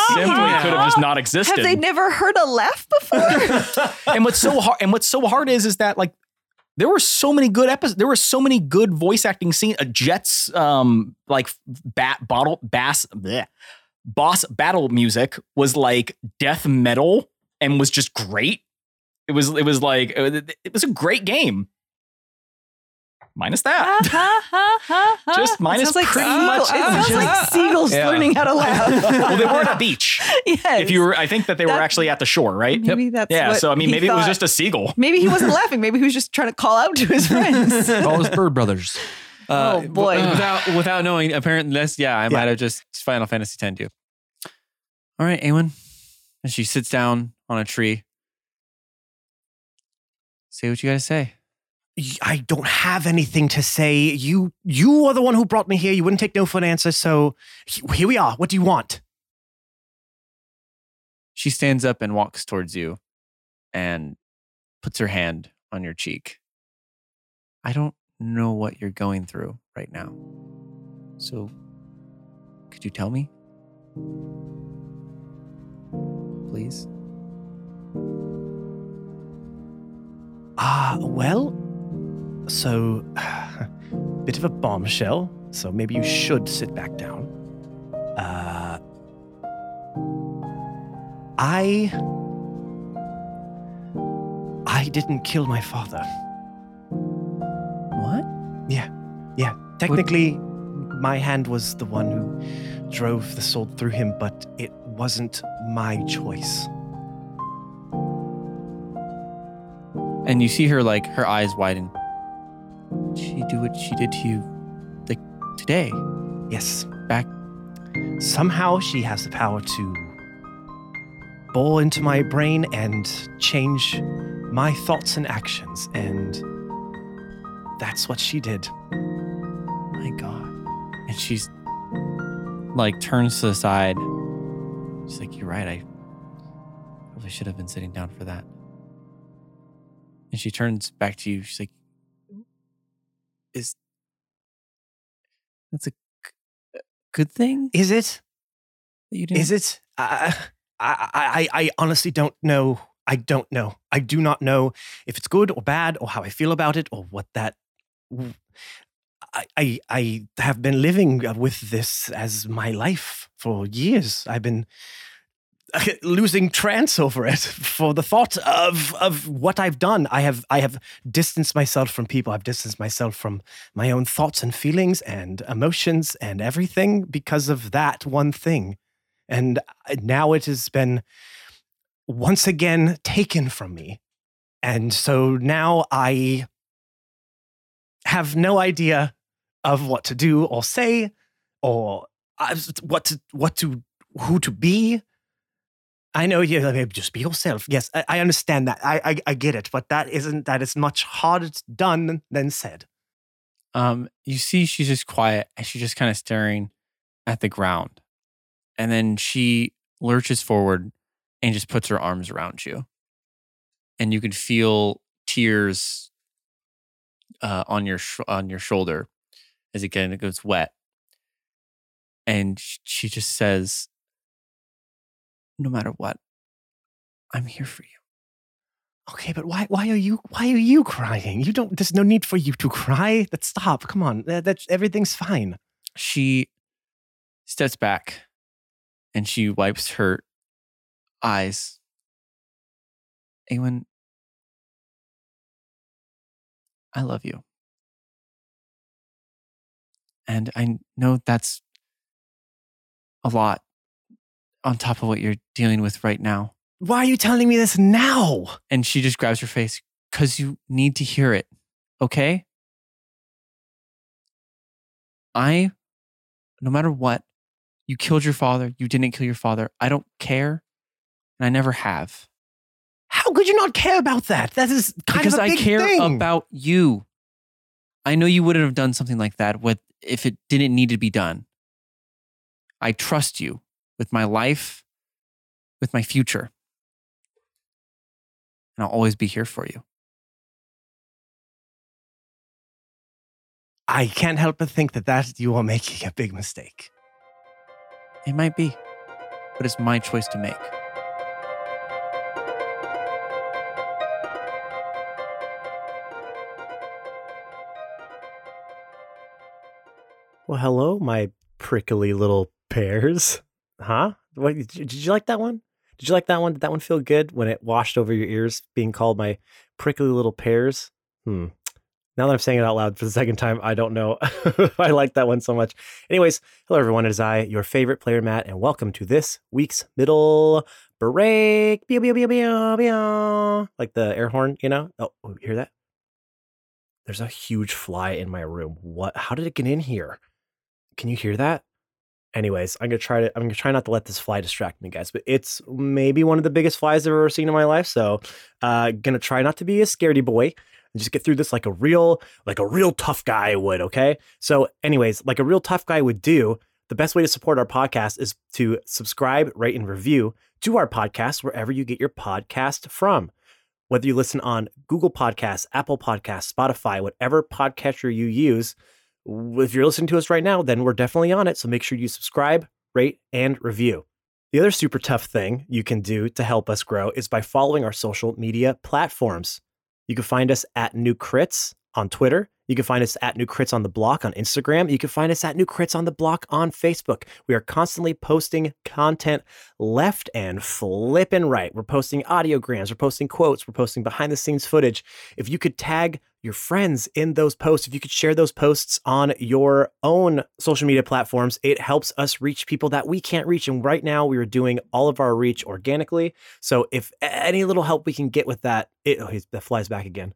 S2: see
S6: simply
S2: this scene.
S6: could have just not existed.
S7: Have they never heard a laugh before?
S6: and what's so hard and what's so hard is is that like there were so many good episodes there were so many good voice acting scenes a jets um like bat bottle bass bleh. boss battle music was like death metal and was just great it was it was like it it was a great game minus
S7: Ah,
S6: that
S5: Uh-huh.
S6: Just mine is
S7: It sounds like
S6: pretty
S7: seagull-
S6: much-
S7: It sounds like seagulls
S4: Yeah.
S7: learning how to laugh.
S6: well they were at a beach
S7: yes.
S6: if you were i think that they were
S7: That-
S6: actually at the shore right
S7: Maybe that's
S6: yeah
S7: what
S6: so i mean
S7: he
S6: maybe it was
S7: thought.
S6: just a seagull
S7: Maybe he wasn't laughing. Maybe he was just trying to call out to his friends.
S4: All his Bird Brothers.
S2: Uh,
S7: Oh, boy.
S2: w- Without without knowing, apparently, unless yeah, I
S3: Yeah.
S2: might have just Final Fantasy X do. All right, Awen, and she sits down on a tree. Say what you gotta say.
S3: y- I don't have anything to say. You you are the one who brought me here. You wouldn't take no for an answer, so he- here we are. What do you want?
S2: She stands up and walks towards you, and puts her hand on your cheek. I don't know what you're going through right now, so could you tell me, please?
S3: Ah, well, so bit of a bombshell. So maybe you should sit back down. Uh, I I didn't kill my father.
S2: What?
S3: Yeah, technically, my hand was the one who drove the sword through him, but it wasn't my choice.
S2: And you see her like her eyes widen. she do what she did to you, like today?
S3: Yes.
S2: Back-
S3: Somehow she has the power to bore into my brain and change my thoughts and actions. And that's what she did.
S2: My God. And she's like turns to the side. She's like, You're right. I probably should have been sitting down for that. And she turns back to you. She's like, Is that's a g- good thing
S3: Is it?
S2: that you didn't?
S3: Is it? I, I, I, I honestly don't know. I don't know. I do not know if it's good or bad or how I feel about it or what that. I, I, I have been living uh, with this as my life for years. I've been losing trance over it for the thought of of what I've done. I have I have distanced myself from people. I've distanced myself from my own thoughts and feelings and emotions and everything because of that one thing. And I- now it has been once again taken from me. And so now I have no idea of what to do or say or uh, what to, what to who to be. I know you like, just be yourself. Yes, I, I understand that. I, I I get it, but that isn't that is much harder done than said.
S2: Um, you see, she's just quiet and she's just kind of staring at the ground. And then she lurches forward and just puts her arms around you. And you can feel tears uh, on your sh- on your shoulder as again it gets wet. And sh- she just says, "No matter what, I'm here for you."
S3: Okay, but why why are you why are you crying? You don't. There's no need for you to cry. That stop. Come on. That, that's everything's fine.
S2: she steps back and she wipes her eyes. Awen, I love you. And I know that's a lot on top of what you're dealing with right now.
S3: Why are you telling me this now?
S2: And she just grabs her face because you need to hear it. Okay? I, no matter what, you killed your father. You didn't kill your father. I don't care. And I never have.
S3: How could you not care about that? That is kind
S2: because
S3: of a
S2: I
S3: big
S2: care
S3: thing.
S2: about you. I know you wouldn't have done something like that with, if it didn't need to be done. I trust you with my life, with my future. And I'll always be here for you.
S3: I can't help but think that that you are making a big mistake.
S2: It might be, but it's my choice to make.
S9: Well, hello, my prickly little pears. Huh? What, did you- did you like that one? Did you like that one? Did that one feel good when it washed over your ears, being called my prickly little pears? Hmm. Now that I'm saying it out loud for the second time, I don't know. I like that one so much. Anyways, hello everyone. It is I, your favorite player, Matt, and welcome to this week's middle break. Pew, pew, pew, pew, pew. Like the air horn, you know? Oh, hear that? There's a huge fly in my room. What? How did it get in here? Can you hear that? Anyways, I'm gonna try to. I'm gonna try not to let this fly distract me, guys. But it's maybe one of the biggest flies I've ever seen in my life. So, uh, gonna try not to be a scaredy boy and just get through this like a real, like a real tough guy would. Okay. So, anyways, like a real tough guy would do. The best way to support our podcast is to subscribe, rate, and review to our podcast wherever you get your podcast from. Whether you listen on Google Podcasts, Apple Podcasts, Spotify, whatever podcatcher you use if you're listening to us right now, then we're definitely on it. So make sure you subscribe, rate, and review. The other super tough thing you can do to help us grow is by following our social media platforms. You can find us at New Crits on Twitter. You can find us at New Crits on the Block on Instagram. You can find us at New Crits on the Block on Facebook. We are constantly posting content left and flipping right. We're posting audiograms, we're posting quotes, we're posting behind the scenes footage if you could tag your friends in those posts, if you could share those posts on your own social media platforms, it helps us reach people that we can't reach. And right now, we are doing all of our reach organically. So if a- any little help we can get with that, it, oh, he's, that flies back again.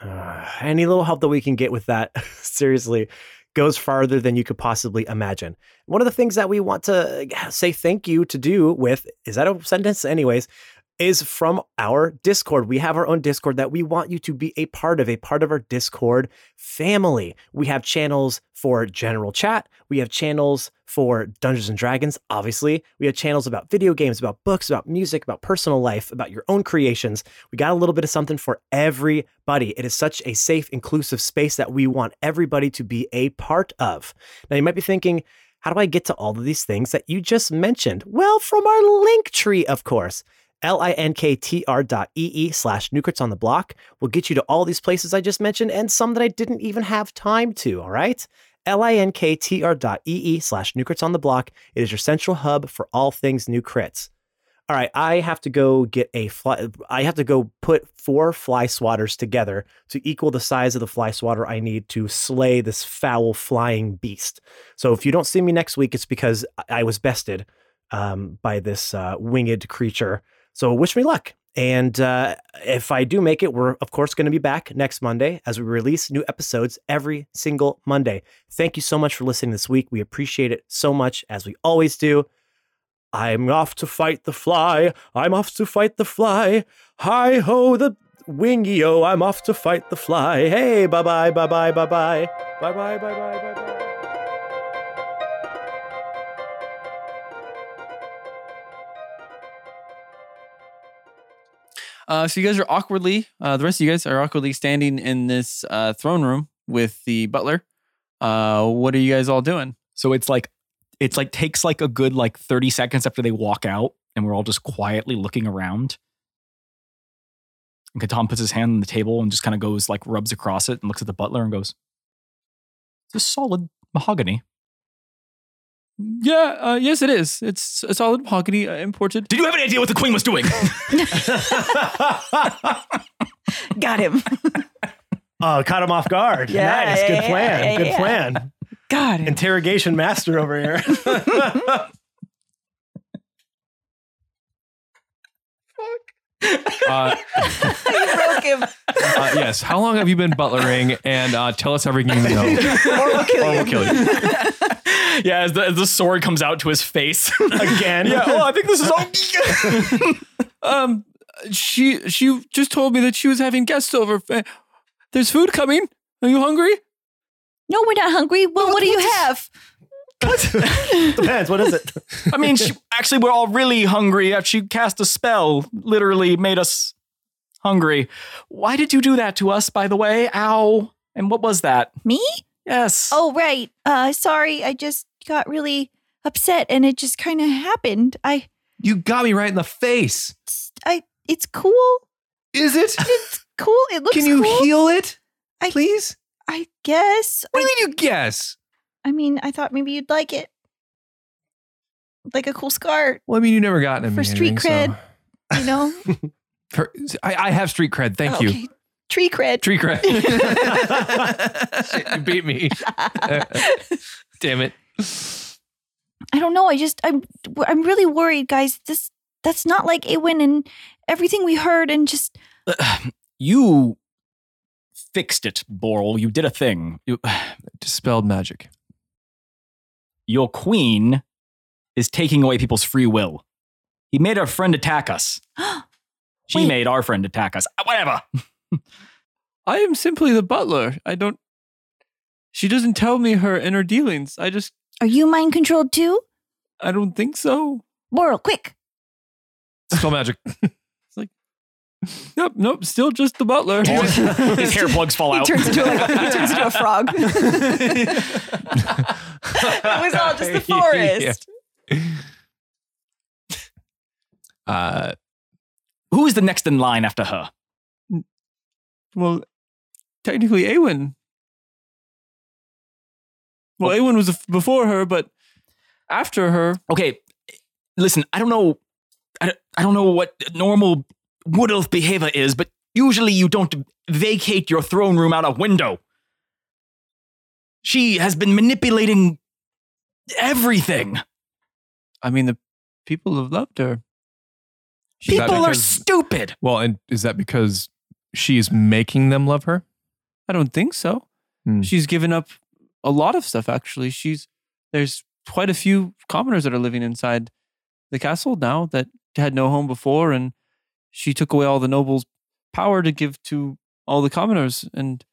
S3: Uh, any little help that we can get with that, seriously, goes farther than you could possibly imagine. One of the things that we want to uh, say thank you to do with is that a sentence, anyways, is from our Discord. We have our own Discord that we want you to be a part of, a part of our Discord family. We have channels for general chat. We have channels for Dungeons and Dragons, obviously. We have channels about video games, about books, about music, about personal life, about your own creations. We got a little bit of something for everybody. It is such a safe, inclusive space that we want everybody to be a part of. Now, you might be thinking, how do I get to all of these things that you just mentioned? Well, from our link tree, of course. L-I-N-K-T-R dot E-E slash Nukerts on the Block will get you to all these places I just mentioned and some that I didn't even have time to, all right? L-I-N-K-T-R dot E-E slash Nukerts on the Block. It is your central hub for all things new crits. All right, I have to go get a fly. I have to go put four fly swatters together to equal the size of the fly swatter I need to slay this foul flying beast. So if you don't see me next week, it's because I- I was bested um, by this uh, winged creature. So wish me luck. And uh, if I do make it, we're of course going to be back next Monday as we release new episodes every single Monday. Thank you so much for listening this week. We appreciate it so much as we always do. I'm off to fight the fly. I'm off to fight the fly. Hi ho the wingio. I'm off to fight the fly. Hey, bye bye, bye bye, bye bye. Bye bye, bye bye, bye bye.
S2: Uh, so you guys are awkwardly, uh, the rest of you guys are awkwardly standing in this uh, throne room with the butler. Uh, what are you guys all doing?
S6: So it's like it's like takes like a good like 30 seconds after they walk out and we're all just quietly looking around. And Catan puts his hand on the table and just kind of goes like rubs across it and looks at the butler and goes, This solid mahogany.
S2: Yeah, uh, yes, it is. It's a solid mahogany uh, imported.
S6: Did you have any idea what the queen was doing?
S3: Uh,
S5: Got him.
S10: Oh, caught him off guard.
S5: Yeah,
S10: nice.
S5: yeah,
S10: Good
S5: yeah,
S10: plan.
S5: yeah,
S10: Good
S5: yeah.
S10: plan.
S5: Got him.
S10: Interrogation master over here.
S4: Uh,
S5: you broke him.
S4: uh, yes. How long have you been butlering? And uh, tell us everything you know.
S5: Or we'll kill you.
S4: Or we'll kill you.
S6: yeah, as the, as the sword comes out to his face again. yeah, oh, I think this is all.
S2: Um, she she just told me that she was having guests over. Uh, There's food coming. Are you hungry?
S5: No, we're not hungry. Well, what do you have?
S10: Depends. What is it?
S6: I mean, she, actually, we're all really hungry. Uh, She cast a spell, literally made us hungry. Why did you do that to us, by the way? Ow. And what was that?
S5: Me?
S6: Yes.
S5: Oh, right. Uh, sorry. I just got really upset and it just kind of happened. I,
S4: You got me right in the face.
S5: I, it's cool.
S4: Is it?
S5: It's cool. It looks
S4: Can you
S5: cool.
S4: heal it,
S5: I-
S4: please?
S5: I guess.
S4: What
S5: I,
S4: do you mean you guess?
S5: I mean, I thought maybe you'd like it. Like a cool scar,
S4: Well, I mean, you never gotten him
S5: For street
S4: anything, so-
S5: you know?
S4: For- I, I have street cred. Thank
S5: Oh,
S4: you.
S5: okay. Tree cred.
S4: Tree cred. Shit, you beat me. Damn it.
S5: I don't know. I just I'm I'm really worried, guys. This that's not like Awen and everything we heard and just
S6: Uh, you fixed it, Boral. You did a thing. You-
S4: Dispelled magic.
S6: your queen is taking away people's free will. He made our friend attack us. She
S5: Wait.
S6: made our friend attack us. Uh, Whatever.
S2: I am simply the butler. I don't. She doesn't tell me her inner dealings. I just
S5: are you mind controlled too?
S2: I don't think so.
S5: Boral, quick.
S4: Dispel magic.
S2: Nope, nope. Still just the butler.
S6: His hair plugs fall
S11: He
S6: out.
S11: turns into like a, he turns into a frog.
S4: it
S11: was all just the forest.
S4: Uh,
S6: Who is the next in line after her?
S2: well, technically, Awen. Well, Awen was before her, but after her,
S6: Okay, listen. I don't know. I don't, I don't know what normal wood elf behavior is, but usually you don't vacate your throne room out a window. She has been manipulating everything.
S2: I mean, the people have loved her.
S4: Is that
S6: People are
S4: because-
S6: stupid.
S4: well, and is that because she's making them love her?
S2: I don't think so.
S4: Hmm.
S2: She's given up a lot of stuff actually. She's there's quite a few commoners that are living inside the castle now that had no home before and she took away all the nobles power to give to all the commoners and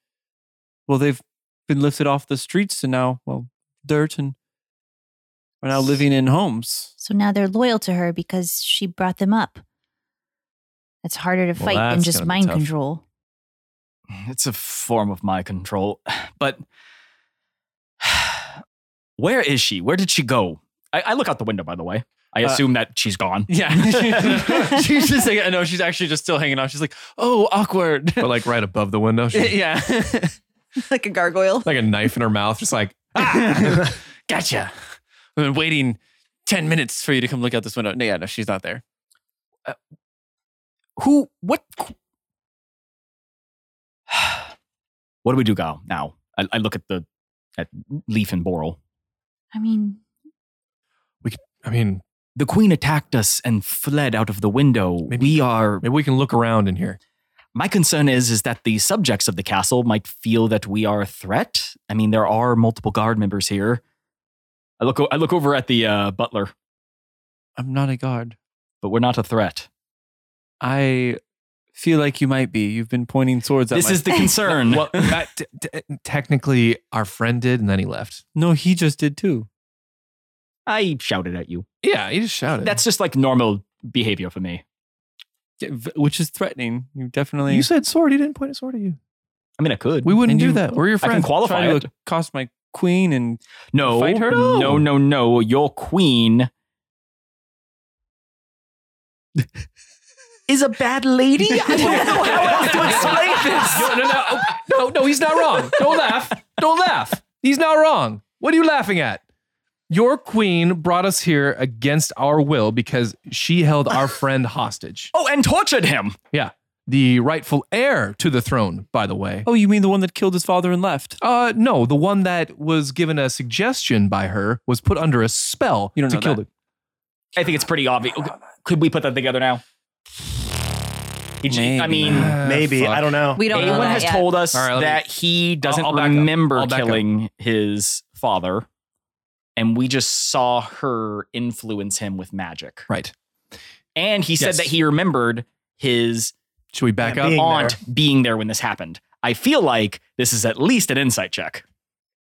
S2: well they've been lifted off the streets and now well dirt and are now living in homes.
S7: So now they're loyal to her because she brought them up. It's harder to
S4: Well,
S7: fight than
S4: that's
S7: just
S4: gonna be
S7: mind
S4: tough.
S7: control.
S6: It's a form of my control. But where is she? Where did she go? I, I look out the window, by the way. I
S2: Uh,
S6: assume that she's gone.
S2: Yeah. she's just like, no, she's actually just still hanging out. She's like, oh, awkward.
S4: but like right above the window, she,
S2: yeah.
S5: like a gargoyle.
S4: like a knife in her mouth, just like
S2: Ah, gotcha. I've been waiting 10 minutes for you to come look out this window. No, yeah, no, she's not there.
S6: Who? What? what do we do, Gal? Now I, I look at the at Leaf and Boral.
S7: I mean,
S4: I mean,
S6: The queen attacked us and fled out of the window.
S4: Maybe-
S6: we are.
S4: maybe we can look around in here.
S6: My concern is is that the subjects of the castle might feel that we are a threat. I mean, there are multiple guard members here. I look. o- I look over at the uh, butler,
S2: I'm not a guard.
S6: but we're not a threat.
S2: I feel like you might be. You've been pointing swords at
S6: This
S2: my-
S6: is the concern.
S4: Well, that, t- t- technically, our friend did, and then he left.
S2: No, he just did too.
S6: I shouted at you.
S4: Yeah, he just shouted.
S6: That's just like normal behavior for me.
S2: Yeah, v- Which is threatening. You definitely.
S4: you said sword. He didn't point a sword at you.
S6: I mean, I could.
S4: We wouldn't
S2: And
S4: do
S2: you-
S4: that. We're your
S6: I
S4: friend.
S6: can qualify
S2: try
S6: it.
S2: to accost my queen and
S6: No,
S2: Fight her?
S6: no, no, no. Your queen is a bad lady. I don't know how else to explain this.
S4: no, no, no, no, no, he's not wrong. Don't laugh. Don't laugh. He's not wrong. What are you laughing at? Your queen brought us here against our will because she held our friend hostage.
S6: Oh, and tortured him.
S4: The rightful heir to the throne, by the way.
S2: oh, you mean the one that killed his father and left?
S4: Uh, no, the one that was given a suggestion by her was put under a spell
S2: You don't
S4: to
S2: know
S4: kill
S2: that.
S6: I think it's pretty obvious. Could we put that together now? He j- I
S2: Maybe.
S6: mean,
S4: the.
S3: Maybe I don't know.
S5: We don't know
S6: Awen
S5: that
S6: has
S5: yet.
S6: told us
S4: All right, let me-
S6: that he doesn't
S4: I'll back up.
S6: remember
S4: I'll back up.
S6: killing his father, and we just saw her influence him with magic.
S4: Right.
S6: And he said
S4: Yes.
S6: that he remembered his
S4: Should we back
S3: Yeah,
S4: up?
S3: being
S6: aunt being there when this happened. I feel like this is at least an insight check.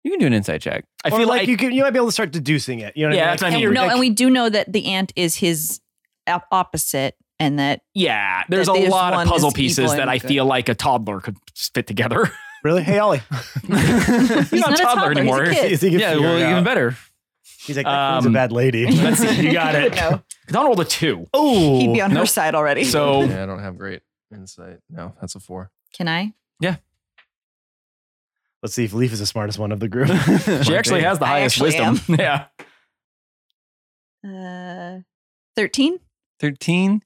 S2: You can do an insight check.
S6: I
S3: or
S6: feel
S3: like,
S6: like,
S3: you can, you might be able to start deducing it. You know what
S6: Yeah,
S3: I mean?
S6: that's what I
S5: And-
S6: mean.
S3: you're-
S5: no, and we do know that the ant is his op- opposite, and that
S6: yeah, there's a
S5: there's
S6: lot
S5: one
S6: of puzzle
S5: is evil
S6: pieces
S5: and
S6: that I
S5: good.
S6: feel like a toddler could fit together.
S3: really. Hey Ollie,
S5: he's
S6: not a toddler anymore.
S5: He's a kid.
S3: Is he gonna
S2: Yeah,
S3: figure
S2: well,
S3: it out?
S2: even better.
S3: He's like, that queen's
S6: Um,
S3: a bad lady.
S6: let's see.
S3: you got it.
S5: No,
S6: Donald rolled a two.
S3: Oh,
S5: he'd be on her side already.
S6: So
S4: Yeah, I don't have great insight. No, that's a four.
S5: Can I?
S3: let's see if Leaf is the smartest one of the group.
S6: she actually has the
S5: I
S6: highest
S5: actually
S6: wisdom. Yeah.
S5: Uh, thirteen.
S2: 13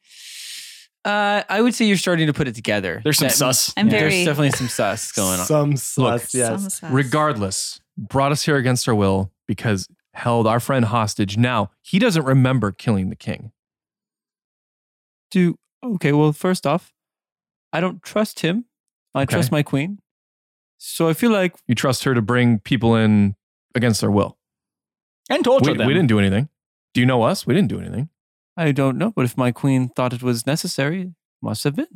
S2: uh i would say you're starting to put it together
S6: There's some
S2: That-
S6: sus.
S5: I'm very
S2: there's definitely some sus going on
S3: Some sus,
S5: some
S3: yes.
S5: sus.
S4: Regardless, brought us here against our will because held our friend hostage. Now he doesn't remember killing the king.
S2: do okay well first off i don't trust him i
S4: Okay.
S2: trust my queen so i feel like
S4: You trust her to bring people in against their will.
S6: And told
S4: We,
S6: you them.
S4: we didn't do anything. Do you know us? We didn't do anything.
S2: i don't know but if my queen thought it was necessary it must have been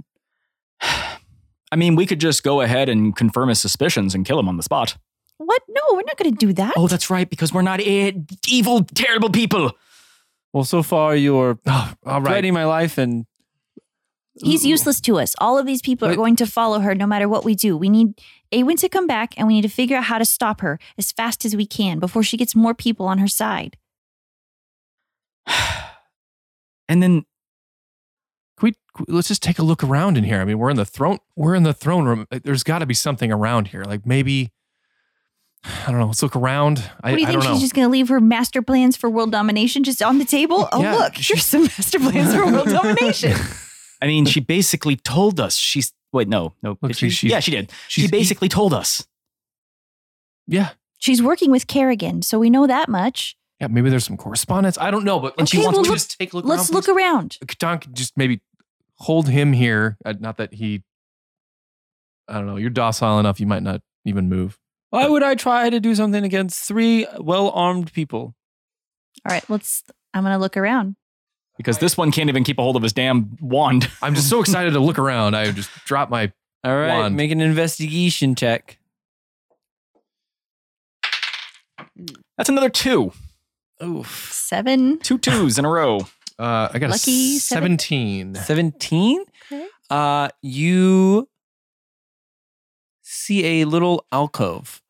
S6: I mean, we could just go ahead and confirm his suspicions and kill him on the spot.
S7: what? No, we're not going to do that.
S6: Oh, that's right, because we're not eh, evil, terrible people.
S2: well so far you're
S4: Oh, all right.
S2: threatening my life and
S7: He's useless to us. All of these people
S2: Wait.
S7: are going to follow her no matter what we do. We need Awen to come back and we need to figure out how to stop her as fast as we can before she gets more people on her side.
S6: And then
S4: Can we, can we- let's just take a look around in here. I mean, we're in the throne. We're in the throne room. Like, There's got to be something around here. Like maybe, I don't know. Let's look around. I,
S7: What do you
S4: I
S7: think?
S4: don't know.
S7: She's just going to leave her master plans for world domination just on the table? Oh,
S4: Yeah,
S7: look, here's some master plans for world domination.
S6: I mean, she basically told us she's. Wait, no, no.
S4: Look,
S6: did she,
S4: she- she's-
S6: yeah, she did. She
S4: she's- e-
S6: basically told us.
S4: yeah,
S7: She's working with Kerrigan, so we know that much.
S4: yeah. Maybe there's some correspondence. I don't know. But let's,
S7: Okay,
S4: let's
S7: well, look-
S4: just take a look.
S7: Let's
S4: around,
S7: look around.
S4: Katank, just maybe hold him here. Uh, not that he I don't know. You're docile enough. You might not even move.
S2: Why would I try to do something against three well armed people?
S5: All right, let's. I'm gonna look around.
S6: because this one can't even keep a hold of his damn wand.
S4: I'm just so excited to look around. I just dropped my.
S2: All right,
S4: Wand.
S2: make an investigation check.
S6: That's another two,
S2: Oof.
S5: Seven.
S6: two twos in a row.
S4: Uh, I got
S5: Lucky
S4: a
S5: seven-
S4: 17.
S2: 17.
S5: Okay.
S2: Uh, you see a little alcove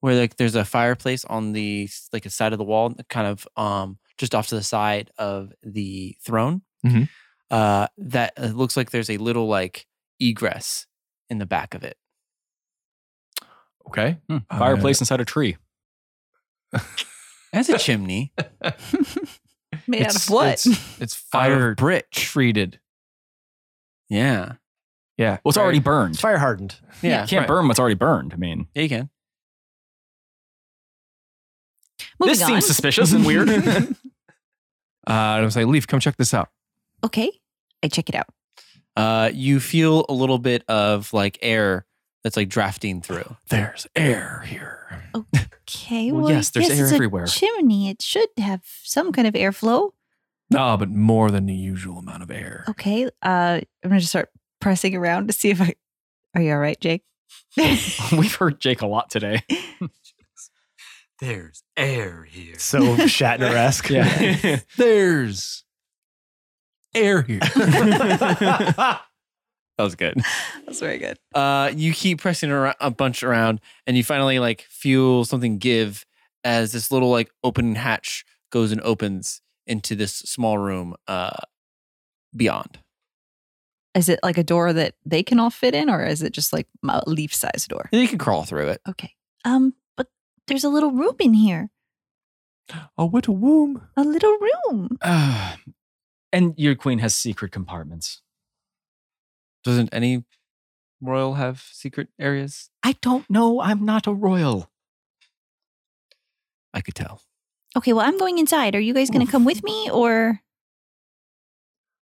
S2: where like there's a fireplace on the like a side of the wall, kind of um just off to the side of the throne.
S4: Mhm.
S2: Uh, that it looks like there's a little like egress in the back of it.
S4: Okay. Uh,
S6: Hmm. Fireplace inside a tree.
S2: As a chimney,
S5: Made out
S4: It's-
S5: of what?
S4: It's, it's fire
S2: brick.
S4: treated.
S2: Yeah,
S4: Yeah.
S6: Well, it's already burned.
S3: It's fire hardened.
S2: yeah,
S6: You can't
S4: right.
S6: burn what's already burned. I mean,
S2: yeah, you can.
S5: Moving
S6: this
S5: on.
S6: seems suspicious and weird.
S4: Uh, and I was like, Leaf, come check this out.
S5: okay, I check it out.
S2: Uh, you feel a little bit of like air that's like drafting through.
S4: There's air here.
S5: Okay.
S6: Well, yes, there's air
S5: it's a
S6: everywhere.
S5: chimney. It should have some kind of airflow.
S4: No, but more than the usual amount of air.
S5: Okay. Uh, I'm gonna just start pressing around to see if I. Are you all right, Jake?
S6: We've heard Jake a lot today.
S2: There's air here.
S3: So Shatner esque.
S6: Yeah.
S4: There's air here.
S6: that was good.
S5: That's very good.
S2: Uh, you keep pressing around, a bunch around, and you finally like feel something give as this little like open hatch goes and opens into this small room uh, beyond.
S5: Is it like a door that they can all fit in, or is it just like a leaf size door?
S2: And you can crawl through it.
S5: Okay. Um, but there's a little room in here.
S4: oh, what a womb.
S5: A little room.
S6: Ah, and your queen has secret compartments.
S2: Doesn't any royal have secret areas?
S6: I don't know. I'm not a royal.
S2: I could tell.
S5: Okay. Well, I'm going inside. Are you guys gonna come with me, or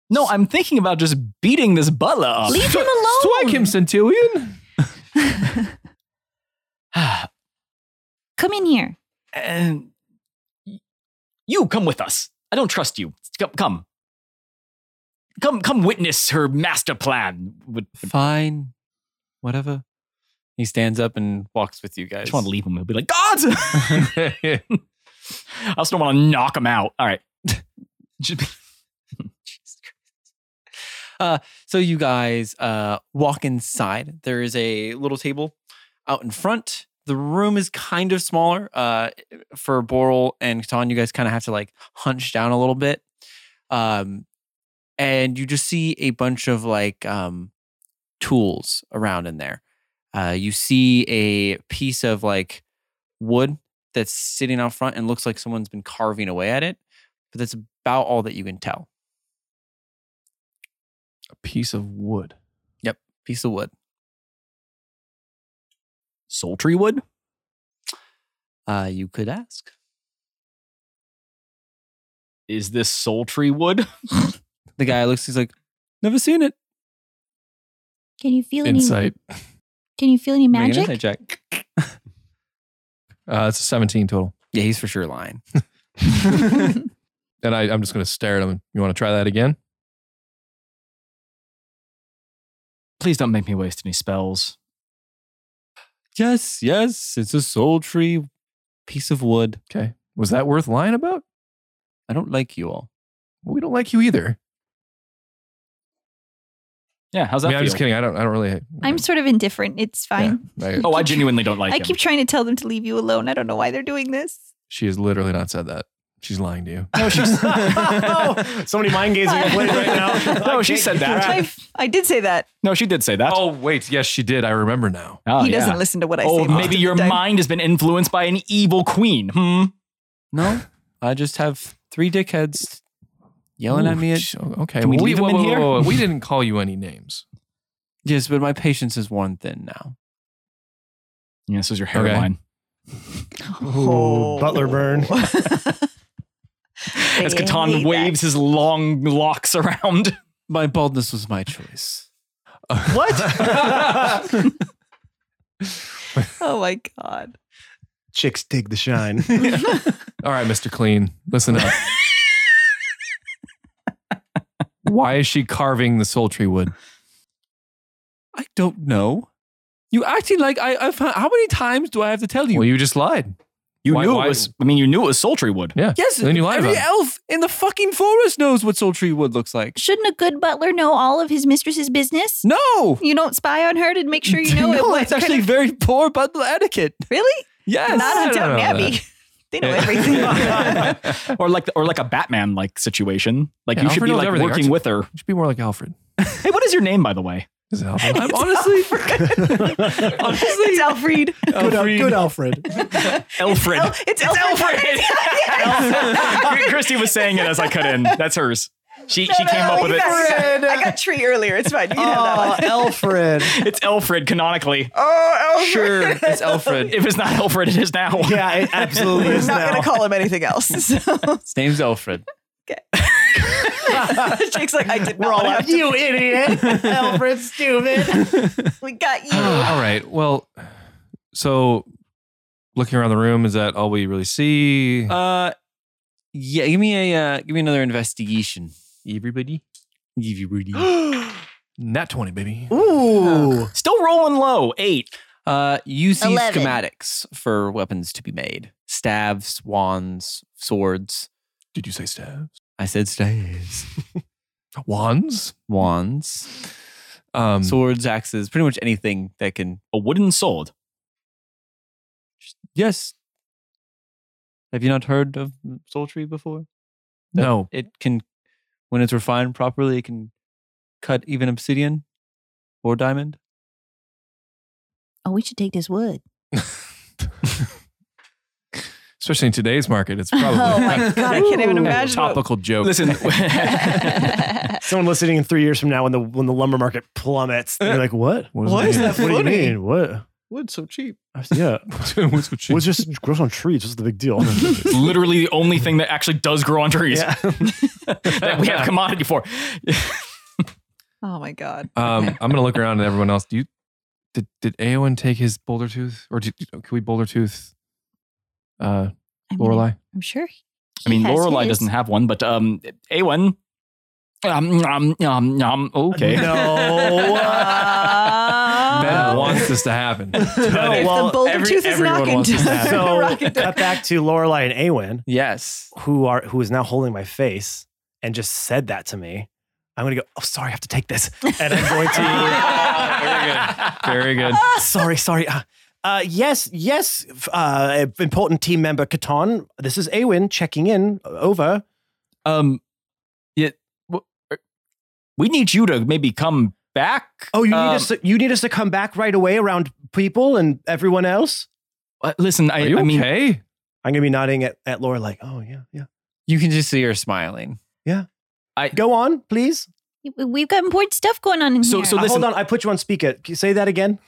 S6: No, I'm thinking about just beating this butler up.
S5: leave him alone?
S4: Strike him, Centurion.
S5: come in here.
S6: and you come with us. I don't trust you. Come, come, come, come witness her master plan. Would
S2: Fine, whatever. He stands up and walks with you guys.
S6: I just want to leave him. He'll be like, God. I also don't want to knock him out. All right. Just be-
S2: So you guys uh, walk inside. There is a little table out in front. The room is kind of smaller. Uh, for Boral and Catan, you guys kind of have to like hunch down a little bit. Um, and you just see a bunch of like um, tools around in there. Uh, you see a piece of like wood that's sitting out front and looks like someone's been carving away at it, but that's about all that you can tell.
S4: A piece of wood.
S2: Piece of wood.
S6: Sultry wood?
S2: Uh, you could ask.
S6: Is this sultry wood?
S2: The guy looks, he's like, never seen it.
S5: Can you feel any?
S4: Insight.
S5: Can you feel any
S2: Make an
S5: magic?
S2: insight check.
S4: Uh, it's a 17 total.
S2: Yeah, he's for sure lying.
S4: and I, I'm just going to stare at him. You want to try that again?
S6: Please don't make me waste any spells.
S2: Yes, yes, it's a sultry piece of wood.
S4: Okay. Was that worth lying about?
S2: I don't like you all.
S4: Well, we don't like you either.
S6: Yeah, how's
S4: I
S6: that
S4: mean, I'm
S6: feel?
S4: just kidding. I don't. I don't really.
S5: I'm sort of indifferent. It's fine.
S4: Yeah, I-
S6: Oh, I genuinely don't like
S5: I
S6: him.
S5: keep trying to tell them to leave you alone. I don't know why they're doing this.
S4: She has literally not said that. She's lying to you.
S3: No, she's. oh, so many mind games we can play right now.
S6: No, she said
S2: Ah.
S6: that.
S3: I,
S5: I, I did say that.
S6: no, she did say that.
S4: Oh wait, yes, she did. I remember now.
S6: Oh,
S5: he
S6: yeah.
S5: doesn't listen to what I say.
S6: Oh,
S5: most
S6: maybe
S5: of the
S6: your
S5: time.
S6: mind has been influenced by an evil queen. Hmm.
S2: No, I just have three dickheads yelling
S4: Ooh,
S2: at me. At,
S4: sh- oh, okay,
S6: Can we
S4: well,
S6: leave him in here?
S4: we didn't call you any names.
S2: yes, but my patience is worn thin now.
S6: Yeah, this was your
S4: Okay.
S6: hairline.
S3: Ooh, Butler burn.
S6: As
S5: They
S6: Catan
S5: hate that.
S6: waves his long locks around.
S2: My baldness was my choice.
S3: What?
S5: Oh my god.
S3: Chicks dig the shine.
S4: All right, Mr. Clean, listen up. Why is she carving the sultry wood?
S2: I don't know. You acting like I, I've how many times do I have to tell you?
S4: well, you just lied.
S6: You
S4: Why-
S6: knew
S4: why-
S6: it was. I mean, you knew it was sultry wood.
S4: Yeah.
S2: yes,
S4: Then you lied
S2: every
S4: about it.
S2: elf in the fucking forest knows what sultry wood looks like.
S7: Shouldn't a good butler know all of his mistress's business?
S2: No,
S7: You don't spy on her to make sure you know it.
S2: no,
S7: What
S2: that's
S7: kind
S2: actually
S7: of-
S2: very poor butler etiquette.
S5: Really?
S2: Yes,
S5: Not on
S4: I don't
S5: Downton
S4: know
S5: Abbey.
S4: that.
S5: they know everything.
S4: Yeah.
S6: or like or like a Batman like situation. Like
S4: Yeah,
S6: you should
S4: Alfred
S6: be
S4: knows
S6: like
S4: everything,
S6: working
S4: Archie.
S6: with her.
S4: You should be more like Alfred.
S6: Hey, what is your name by the way?
S4: Is it Alfred?
S2: I'm honestly, honestly,
S5: it's Alfred.
S3: good, Al- good Alfred.
S6: Alfred.
S5: El- it's Alfred.
S6: Christy was saying it as I cut in. That's hers. She she came up with it.
S5: it. I got tree earlier. It's fine. You can have that
S3: Oh,
S5: one.
S3: Alfred.
S6: It's Alfred canonically.
S5: Oh, Alfred.
S2: sure, it's Alfred.
S6: If it's not Alfred, it is now.
S3: Yeah, it absolutely
S5: We're
S3: is
S5: not
S3: now.
S5: going to call him anything else. So
S2: His name's Alfred.
S5: Jake's like, I did not want to have to-
S3: you idiot, Alfred, stupid.
S5: We got you.
S4: all right. Well, so looking around the room, is that all we really see?
S2: Uh, yeah. Give me a uh, give me another investigation.
S4: Everybody?
S2: Everybody.
S4: Nat 20, baby.
S3: Ooh,
S6: Still rolling low. Eight.
S2: Uh, you see
S7: Eleven.
S2: schematics for weapons to be made: staves, wands, swords.
S4: Did you say staves?
S2: I said staves,
S4: Wands?
S2: wands,
S4: Um,
S2: swords, axes, pretty much anything that can.
S6: A wooden sword.
S2: Yes. Have you not heard of soultree before? that
S4: no.
S2: It can, when it's refined properly, it can cut even obsidian or diamond.
S7: Oh, we should take this wood.
S4: Especially in today's market, it's probably
S7: Oh my God, I can't even
S4: Ooh.
S5: imagine what-
S4: Topical joke.
S6: Listen.
S3: someone listening in three years from now, when the when the lumber market plummets, they're like, "What?
S4: What does Why that is mean? that
S3: what do you
S2: funny?
S3: mean? What?
S2: Wood so cheap.
S3: I said, Yeah,
S4: What's with you?
S3: well, it's just grows on trees. What's the big deal?
S6: literally the only thing that actually does grow on trees
S3: yeah.
S6: that we have commodity for.
S5: Oh my god.
S4: Um,
S5: Okay.
S4: I'm gonna look around at everyone else. Do you did did Aowen take his boulder tooth, or did, can we boulder tooth? Uh,
S7: I mean,
S4: Lorelai.
S7: I'm sure. He
S6: I mean,
S7: has
S6: Lorelei
S7: his.
S6: doesn't have one, but um, A1. Um, um, um, um, okay.
S5: Uh,
S4: Ben
S5: well,
S4: wants this to happen.
S3: No,
S5: if
S3: well,
S5: the boulder
S4: every-
S5: tooth is
S4: everyone
S5: knocking
S4: wants
S5: to
S4: this to happen.
S3: so
S5: rocket
S3: cut back to Lorelai and Awen,
S2: Yes.
S3: who are who is now holding my face and just said that to me. I'm gonna go. Oh, sorry, I have to take this, and I'm going to.
S4: Very good.
S3: sorry, sorry. Uh, uh, yes, yes, f- uh, important team member Katon. This is Awen checking in. uh, Over.
S6: Um, yeah, w- er, we need you to maybe come back.
S3: Oh, you need
S6: Um,
S3: us. To, you need us to come back right away around people and everyone else.
S6: uh, listen, I,
S4: Are you
S6: I mean,
S4: okay?
S3: I'm gonna be nodding at at Laura like, oh yeah, yeah.
S2: You can just see her smiling.
S3: Go on, please.
S7: We've got important stuff going on in
S6: So-
S7: here.
S6: so
S3: Uh,
S6: listen-
S3: hold on. I put you on speaker. Can you say that again?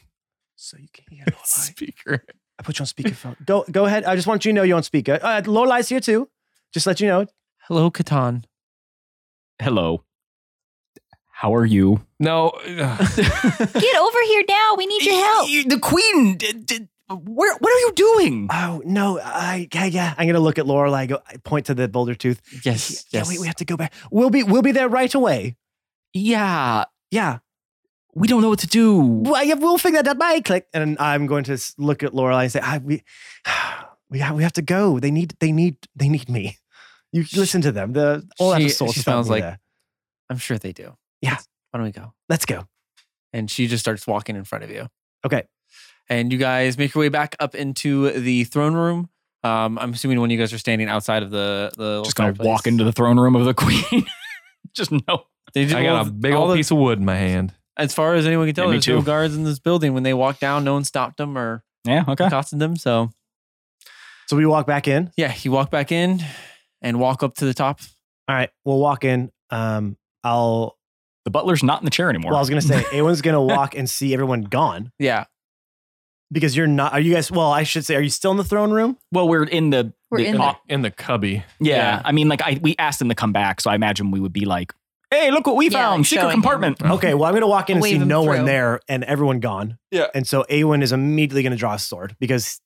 S3: So you can hear Lorelai.
S4: Speaker.
S3: I put you on speakerphone. go go ahead. I just want you to know you're on speaker. Uh, Lorelai's here too. Just let you know.
S2: Hello, Catan.
S6: hello. How are you?
S4: No. ugh.
S7: Oh, Get over here now. We need your help.
S6: You- the queen. Did, did, where, what are you doing?
S3: Oh no, I yeah yeah. I'm gonna look at Lorelai. Go I point to the boulder tooth.
S2: Yes.
S3: Yeah,
S2: yes.
S3: wait, we have to go back. We'll be we'll be there right away.
S6: Yeah,
S3: Yeah,
S6: we don't know what to do.
S3: well, yeah, we'll figure that out by click. And I'm going to s- look at Lorelai and say, I, we we have, we have to go. They need they need they need me. You listen to them. The all
S2: She-
S3: that assault
S2: she smells
S3: felt me
S2: like-
S3: there.
S2: I'm sure they do.
S3: Yeah.
S2: Let's- Why don't we go?
S3: Let's go.
S2: And she just starts walking in front of you.
S3: Okay.
S2: And you guys make your way back up into the throne room. Um, I'm assuming when you guys are standing outside of the the little
S6: Just gonna
S2: fireplace.
S6: walk into the throne room of the queen. Just no.
S2: They just,
S4: I got a
S2: all-
S4: big
S2: all
S4: old
S2: the-
S4: piece of wood in my hand.
S2: As far as anyone can tell,
S6: Yeah, me
S2: there's no
S6: too.
S2: guards in this building. When they walked down, no one stopped them or
S6: Yeah. Okay.
S2: accosted them. So
S3: So we walk back in.
S2: yeah, you walk back in and walk up to the top.
S3: All right, we'll walk in. Um, I'll.
S6: The butler's not in the chair anymore.
S3: Well, I was gonna say, Awen's gonna walk and see everyone gone
S2: Yeah.
S3: because you're not. Are you guys? Well, I should say, are you still in the throne room?
S6: Well, we're in the.
S7: We're
S6: the-
S7: in
S6: uh,
S4: In the cubby.
S6: yeah,
S2: Yeah.
S6: I mean, like I we asked them to come back, so I imagine we would be like Hey, look what we
S5: Yeah,
S6: found!
S5: like
S6: Secret
S5: showing him.
S6: compartment.
S3: Okay, well, I'm going to walk in and
S5: Wave
S3: see
S5: him
S3: no
S5: through.
S3: one there and everyone gone.
S6: Yeah.
S3: And so Awen is immediately going to draw a sword because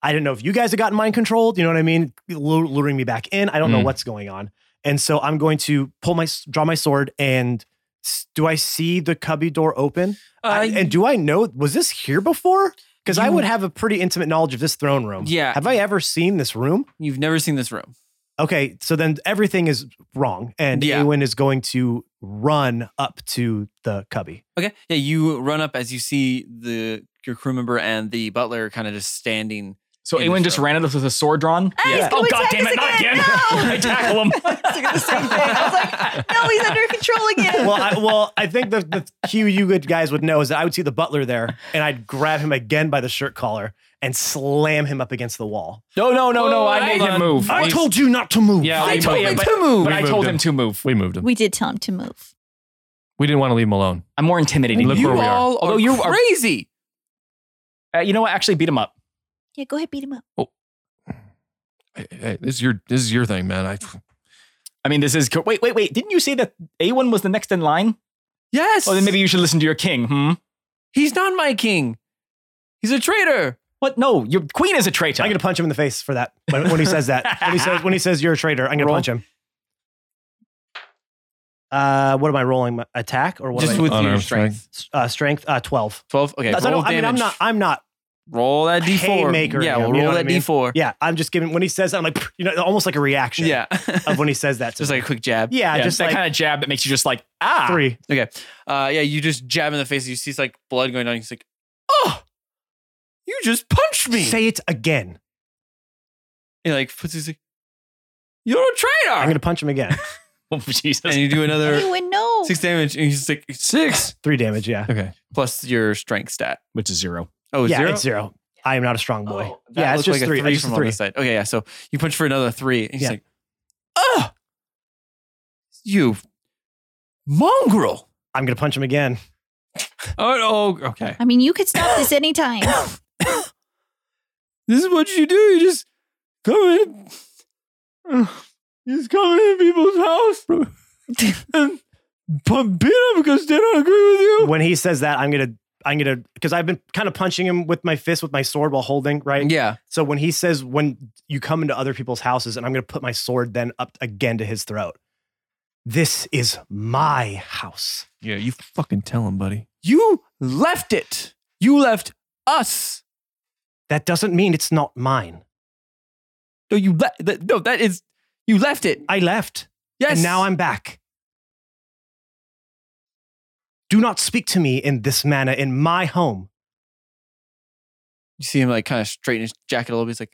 S3: I didn't know if you guys had gotten mind controlled. You know what I mean? Lu- Luring me back in. I don't know
S4: Mm.
S3: what's going on. And so I'm going to pull my, s- draw my sword and s- do I see the cubby door open?
S6: Uh,
S3: I- and do I know, was this here before? Because I
S2: Uh, You-
S3: would have a pretty intimate knowledge of this throne room.
S2: Yeah.
S3: Have I ever seen this room?
S2: You've never seen this room.
S3: Okay, so then everything is wrong, and
S2: Yeah.
S3: Awen is going to run up to the cubby.
S2: Okay. Yeah, you run up as you see the your crew member and the butler kind of just standing.
S6: So
S2: In
S6: Awen
S2: the
S6: just
S2: show.
S6: ran at us with a sword drawn.
S7: Ah, he's
S3: Yeah.
S7: gonna
S6: Oh god
S7: attack
S6: damn
S7: us
S6: it! Not again!
S7: No!
S6: I tackle him.
S7: Thinking the same thing. I was like, no, he's under control again.
S3: Well, I, well, I think the, the cue you good guys would know is that I would see the butler there, and I'd grab him again by the shirt collar and slam him up against the wall.
S6: No, no, no, no!
S4: Whoa,
S6: I made
S4: hold
S6: him
S4: on.
S6: move.
S4: I
S3: I
S4: Please.
S3: told you not to move.
S4: Yeah,
S6: I
S4: we
S6: told
S4: moved
S6: him
S4: But,
S6: to
S4: we
S6: move. But I
S4: moved
S6: told
S4: him.
S6: him to move.
S4: we moved him.
S5: We did tell him to move.
S4: We didn't want to leave him alone.
S6: I'm more intimidating.
S4: Look
S6: than
S4: where
S6: you
S4: we are.
S2: All
S6: Although
S2: are
S6: you are-
S2: crazy.
S6: Uh, you know what? Actually, beat him up.
S7: Yeah, go ahead, beat him up.
S4: Hey, hey, this is your this is your thing, man. I
S6: I mean, this is co- wait, wait, wait. Didn't you say that A1 was the next in line?
S2: Yes.
S6: Oh, then maybe you should listen to your king. Hmm.
S2: he's not my king. He's a traitor.
S6: What? No, your queen is a traitor.
S3: I'm gonna punch him in the face for that when, when he says that. When he says when he says you're a traitor, I'm gonna
S6: Roll.
S3: punch him. Uh, what am I rolling? My Attack or what?
S2: just
S3: am I-
S2: with your
S4: Unarmed
S2: strength.
S4: strength.
S3: uh, strength uh, twelve.
S2: Twelve. Okay.
S3: That's- I,
S2: roll
S3: don't- I mean, I'm
S2: damage.
S3: not. I'm not
S2: roll that D four.
S3: haymaker
S2: Yeah.
S3: him,
S2: We'll
S3: you know
S2: roll
S3: what I
S2: that
S3: mean?
S2: D four.
S3: Yeah, I'm just giving when he says that, I'm like, you know, almost like a reaction
S2: Yeah.
S3: of when he says that. To
S2: just
S3: me.
S2: like a quick jab.
S3: yeah,
S6: yeah,
S3: just
S6: that
S3: like
S6: kind of jab that makes you just like ah.
S3: three.
S2: Okay. Uh, yeah, you just jab him in the face. You see like blood going down. He's like, oh, you just punched me.
S3: Say it again.
S2: he like puts his like, you're a traitor.
S3: I'm gonna punch him again.
S6: Oh, Jesus.
S2: and you do another
S7: Anyone
S3: Oh.
S7: know?
S2: six damage. And he's just like six
S3: Three damage. Yeah.
S4: Okay.
S2: plus your strength stat.
S6: Which is zero.
S2: Oh,
S3: yeah,
S2: zero?
S3: it's zero. I am not a strong boy.
S2: Oh, that
S3: yeah, it's
S2: looks
S3: just
S2: like
S3: three.
S2: A three
S3: It's just
S2: from on
S3: three.
S2: this side. Okay, yeah. So you punch for another three, and he's
S3: Yeah.
S2: like, oh, you mongrel.
S3: I'm gonna punch him again.
S4: Oh, oh okay.
S7: I mean, you could stop this anytime.
S2: This is what you do. You just come in. You just come in people's house and pump beat them because they don't agree with you.
S3: When he says that, I'm gonna. I'm gonna because I've been kind of punching him with my fist with my sword while holding right.
S2: Yeah.
S3: So when he says when you come into other people's houses and I'm gonna put my sword then up again to his throat. This is my house.
S4: Yeah, you fucking tell him, buddy.
S2: You left it. You left us.
S3: That doesn't mean it's not mine.
S2: No, you left. No, that is. You left it.
S3: I left.
S2: Yes.
S3: And now I'm back. Do not speak to me in this manner in my home.
S2: You see him like kind of straighten his jacket a little bit. He's like,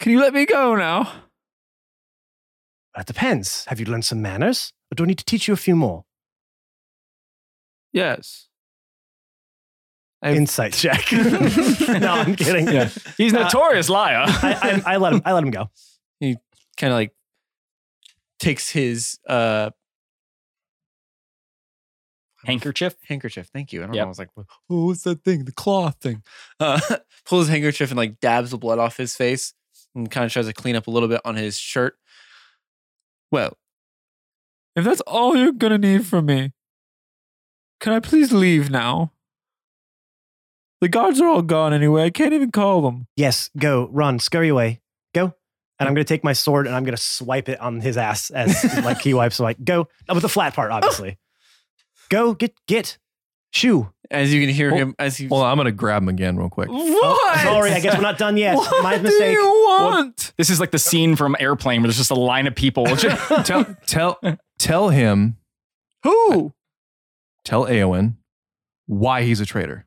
S2: Can you let me go now?
S3: That depends. Have you learned some manners? Or do I need to teach you a few more?
S2: Yes. I've-
S3: Insight check. no, I'm kidding.
S6: Yeah. He's
S3: Uh,
S6: notorious liar.
S3: I, I, I let him. I let him go.
S2: kind of like takes his uh
S6: Handkerchief.
S2: handkerchief. Thank you. I don't
S6: Yep.
S2: know. I was like, oh, what's that thing? The cloth thing. Uh, pulls his handkerchief and like dabs the blood off his face and kind of tries to clean up a little bit on his shirt. Well, if that's all you're gonna need from me, can I please leave now? The guards are all gone anyway. I can't even call them.
S3: Yes, go, run, scurry away, go. And I'm gonna take my sword and I'm gonna swipe it on his ass as like he wipes. Like go uh, with the flat part, obviously. go get get shoo.
S2: As you can hear
S4: Hold-
S2: him, as he
S4: Hold on, I'm gonna grab him again real quick.
S2: what?
S3: Sorry, I guess we're not done yet.
S2: What
S3: My
S2: do
S3: mistake.
S2: you want?
S6: This is like the scene from Airplane where there's just a line of people.
S4: tell tell tell him,
S2: Who?
S4: tell Aowen why he's a traitor.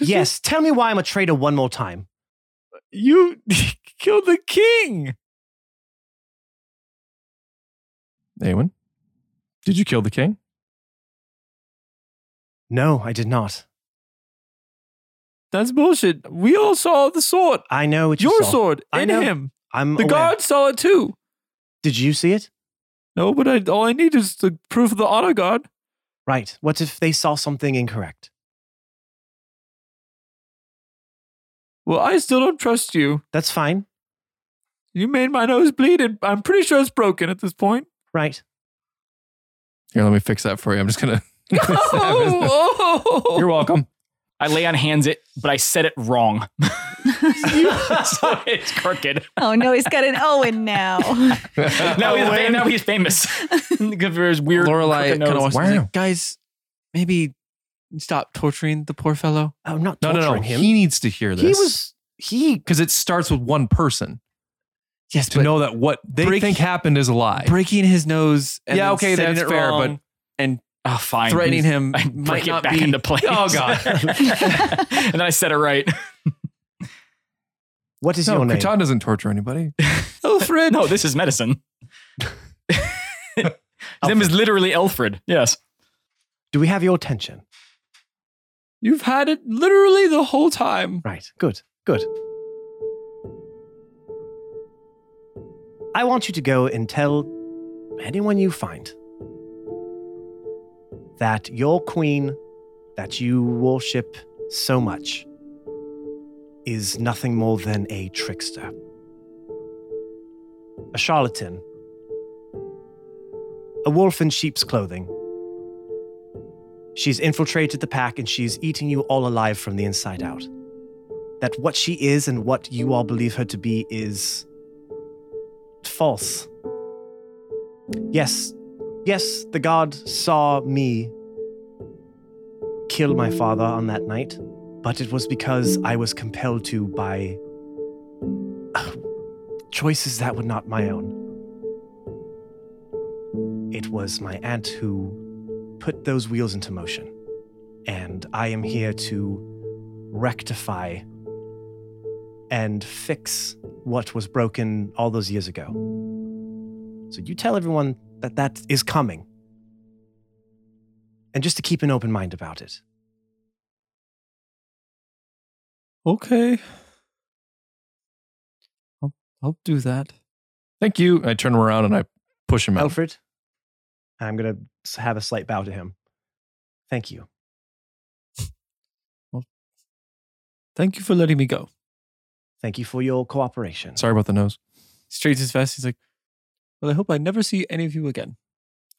S3: Yes, tell me why I'm a traitor one more time.
S2: You killed the king.
S4: Aowen, did you kill the king?
S3: No, I did not.
S2: That's bullshit. We all saw the sword.
S3: I know it's
S2: Your sword
S3: I
S2: in
S3: know.
S2: him.
S3: I'm
S2: The
S3: aware.
S2: guards saw it too.
S3: Did you see it?
S2: No, but I, all I need is the proof of the honor guard.
S3: Right. What if they saw something incorrect?
S2: Well, I still don't trust you.
S3: That's fine.
S4: You made my nose bleed, and I'm pretty sure it's broken at this point.
S3: Right.
S4: Here, let me fix that for you. I'm just gonna.
S2: Oh.
S4: You're welcome.
S6: I lay on hands it, but I said it wrong. so it's crooked.
S5: Oh no, he's got an Owen now.
S6: Now he's, fam- now he's famous. Because of his weird
S2: Lorelai
S6: crooked
S2: kind of
S6: nose.
S2: watches and is
S4: Wow.
S2: like, guys, maybe stop torturing the poor fellow.
S3: Oh, I'm not
S4: No, no,
S3: torturing
S4: no.
S3: him.
S4: He needs to hear this.
S3: he was he
S4: because it starts with one person
S2: Yes,
S4: to
S2: but
S4: know that what they
S2: break-
S4: think happened is a lie.
S2: breaking his nose. And
S4: Yeah,
S2: then
S4: okay,
S2: setting
S4: that's
S2: it
S4: fair,
S2: wrong and
S6: Oh, fine.
S2: threatening him
S6: I
S2: might
S6: break it
S2: not
S6: back
S2: be.
S6: into place.
S4: Oh, God.
S6: and then I said it right.
S3: what is
S4: no,
S3: your name?
S4: Catan doesn't torture anybody.
S6: Alfred. No, this is medicine. His name is literally Alfred. Yes.
S3: Do we have your attention?
S4: You've had it literally the whole time.
S3: Right. Good. Good. I want you to go and tell anyone you find that your queen that you worship so much is nothing more than a trickster, a charlatan, a wolf in sheep's clothing. She's infiltrated the pack and she's eating you all alive from the inside out. That what she is and what you all believe her to be is false. Yes, yes, the god saw me kill my father on that night, but it was because I was compelled to by choices that were not my own. It was my aunt who put those wheels into motion. And I am here to rectify and fix what was broken all those years ago. So you tell everyone that that is coming. And just to keep an open mind about it.
S4: Okay.
S2: I'll do that.
S4: Thank you. I turn him around and I push him out.
S3: Alfred, I'm going to have a slight bow to him. Thank you.
S4: Thank you for letting me go.
S3: Thank you for your cooperation.
S4: Sorry about the nose.
S2: Straightens his vest. He's like, well, I hope I never see any of you again.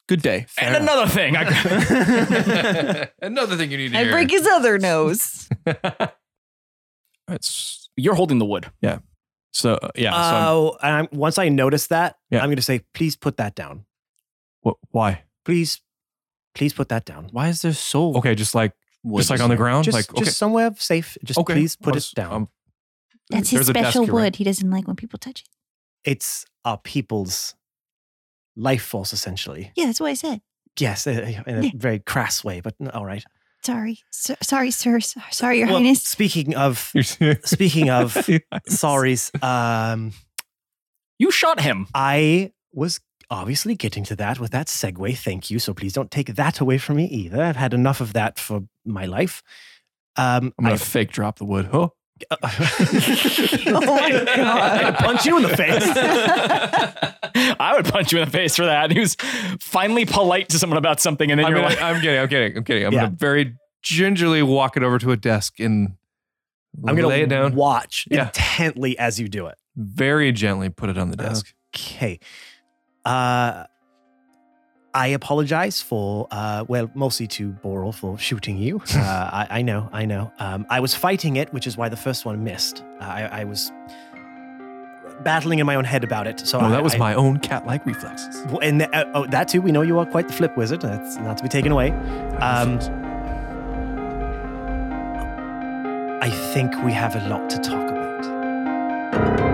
S2: Good day.
S6: and another thing. I
S4: Another thing you need to
S5: I
S4: hear.
S5: break his other nose.
S4: It's-
S6: You're holding the wood.
S4: so uh,
S2: Uh,
S4: yeah. so I'm-
S3: Oh, and I'm, once I notice that,
S4: Yeah.
S3: I'm going to say, please put that down.
S4: what, why?
S3: Please, please put that down.
S2: Why is there soul?
S4: Okay, just like just like on the ground.
S3: just,
S4: like okay,
S3: just somewhere safe. Just
S4: okay.
S3: please put
S4: Well,
S3: it
S4: s-
S3: down.
S4: um,
S7: That's his
S4: there's a desk
S7: special
S4: here,
S7: wood.
S4: right?
S7: He doesn't like when people touch it.
S3: it's our people's life force, essentially.
S7: Yeah, that's what I said.
S3: Yes, uh, uh, in a
S7: Yeah.
S3: very crass way, but n- all right.
S7: Sorry, so, sorry, sir. So- Sorry, your
S3: Well,
S7: highness.
S3: speaking of,
S4: You're-
S3: speaking of, sorries. Um,
S6: You shot him.
S3: I was obviously getting to that with that segue. Thank you. So please don't take that away from me either. I've had enough of that for my life. Um, uh,
S4: I'm gonna
S3: I-
S4: fake drop the wood. Huh?
S3: Oh
S6: Oh
S5: my God.
S3: I'd punch you in the face.
S6: I would punch you in the face for that. He was finally polite to someone about something, and then
S4: I'm,
S6: you're
S4: gonna,
S6: like,
S4: I'm kidding. I'm kidding. I'm kidding. I'm
S3: Yeah.
S4: gonna very gingerly walk it over to a desk and
S3: I'm gonna
S4: lay it down
S3: Watch
S4: Yeah.
S3: intently as you do it.
S4: very gently. Put it on the desk.
S3: Okay. Uh, I apologize for, uh, well, mostly to Boral for shooting you. Uh, I, I know, I know. Um, I was fighting it, which is why the first one missed. Uh, I, I was battling in my own head about it. So
S4: oh,
S3: I,
S4: that was
S3: I-
S4: my own cat-like reflexes.
S3: Well, And uh, oh, that too, we know you are quite the flip wizard. That's not to be taken away. Um, I think we have a lot to talk about.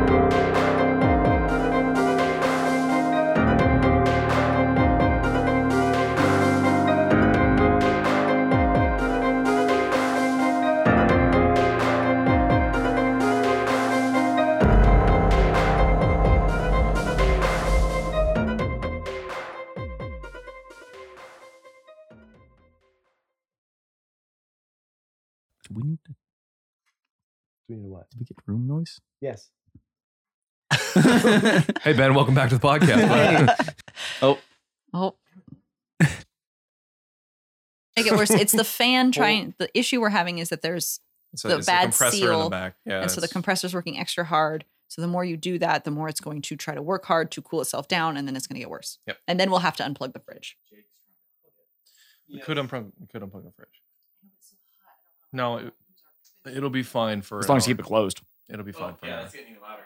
S12: Do we need to? Do we get room noise?
S3: Yes.
S4: Hey Ben, welcome back to the podcast. bud.
S5: Oh. Make it worse. It's the fan trying. The issue we're having is that there's
S4: It's
S5: The
S4: it's
S5: bad
S4: compressor
S5: seal
S4: back. Yeah,
S5: and so the
S4: it's-
S5: compressor's working extra hard So the more you do that, the more it's going to try to work hard to cool itself down, and then it's going to get worse.
S4: Yep.
S5: And then we'll have to unplug the fridge.
S4: We could unplug. We could unplug the fridge. No, it, it'll be fine for
S6: as long
S4: an
S6: as you
S4: hour.
S6: keep it closed.
S4: It'll be
S2: Oh,
S4: fine for an hour.
S2: getting louder.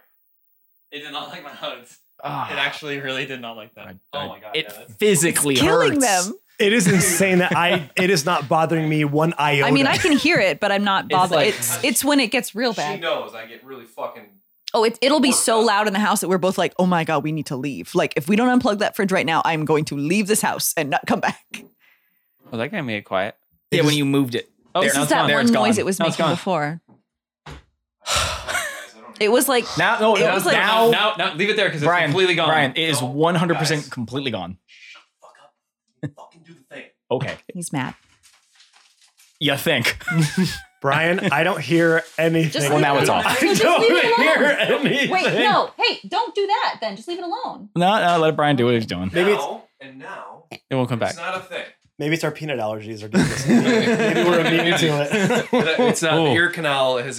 S2: It did not like my hugs.
S6: Ah,
S2: actually really did not like oh
S4: I- I-
S2: god.
S6: it physically
S5: Killing
S6: hurts.
S5: them.
S3: It is insane that I it is not bothering me one iota.
S5: I mean, I can hear it, but I'm not bothered.
S2: like-
S5: It's it's, when it gets real bad.
S4: knows I get really fucking.
S5: Oh, it, it'll be so loud in the house that we're both like, oh my God, we need to leave. Like, if we don't unplug that fridge right now, I'm going to leave this house and not come back.
S2: Well, Oh, that guy made it quiet.
S6: Yeah, when you moved it.
S2: Oh,
S6: There,
S5: This
S6: now
S5: is
S6: it's gone.
S5: that
S6: There,
S5: one
S6: it's
S5: noise
S6: gone.
S5: it was
S2: Now it's
S5: making
S2: gone.
S5: before. it was like,
S6: Now, no,
S5: It was like-
S6: now,
S2: now, now, leave it there because it's
S6: Brian,
S2: completely gone.
S6: Brian, it is
S2: Oh,
S6: 100%
S2: guys.
S6: completely gone.
S2: Fucking do the thing.
S6: Okay.
S5: he's mad.
S6: You think.
S3: Brian, I don't hear anything.
S5: Just
S6: Well,
S5: leave
S6: now
S5: it
S6: it's
S5: alone.
S6: off.
S5: No, just leave it alone.
S6: anything.
S5: Wait, no. Hey, don't do that then. Just leave it alone.
S6: No, no, let Brian do what he's doing.
S3: Maybe it's
S4: and now
S2: It won't come back.
S4: not a thing.
S3: maybe it's our peanut allergies are doing this. maybe we're immune to it.
S4: It's not the ear canal has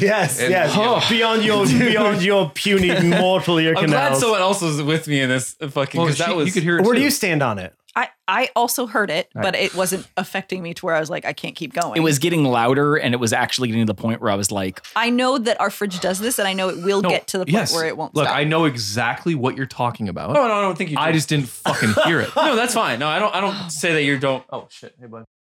S3: yes,
S4: And-
S3: yes.
S4: Oh.
S3: Beyond your beyond your puny mortal ear
S2: I'm glad
S3: canals.
S2: someone else was with me in this fucking
S4: Well,
S2: because
S4: she-
S2: that was
S4: you could hear. it
S3: Where do
S4: too.
S3: you stand on it?
S5: I, I also heard it, but it wasn't affecting me to where I was like, I can't keep going.
S6: It was getting louder, and it was actually getting to the point where I was like,
S5: I know that our fridge does this, and I know it will
S4: No,
S5: get to the point
S4: yes.
S5: where it won't
S4: Look,
S5: stop.
S4: I know exactly what you're talking about.
S2: Oh no, I don't think you.
S4: I
S2: did.
S4: just didn't fucking hear it.
S2: no, that's fine. No, I don't. I don't say that you don't.
S4: Oh shit! Hey bud.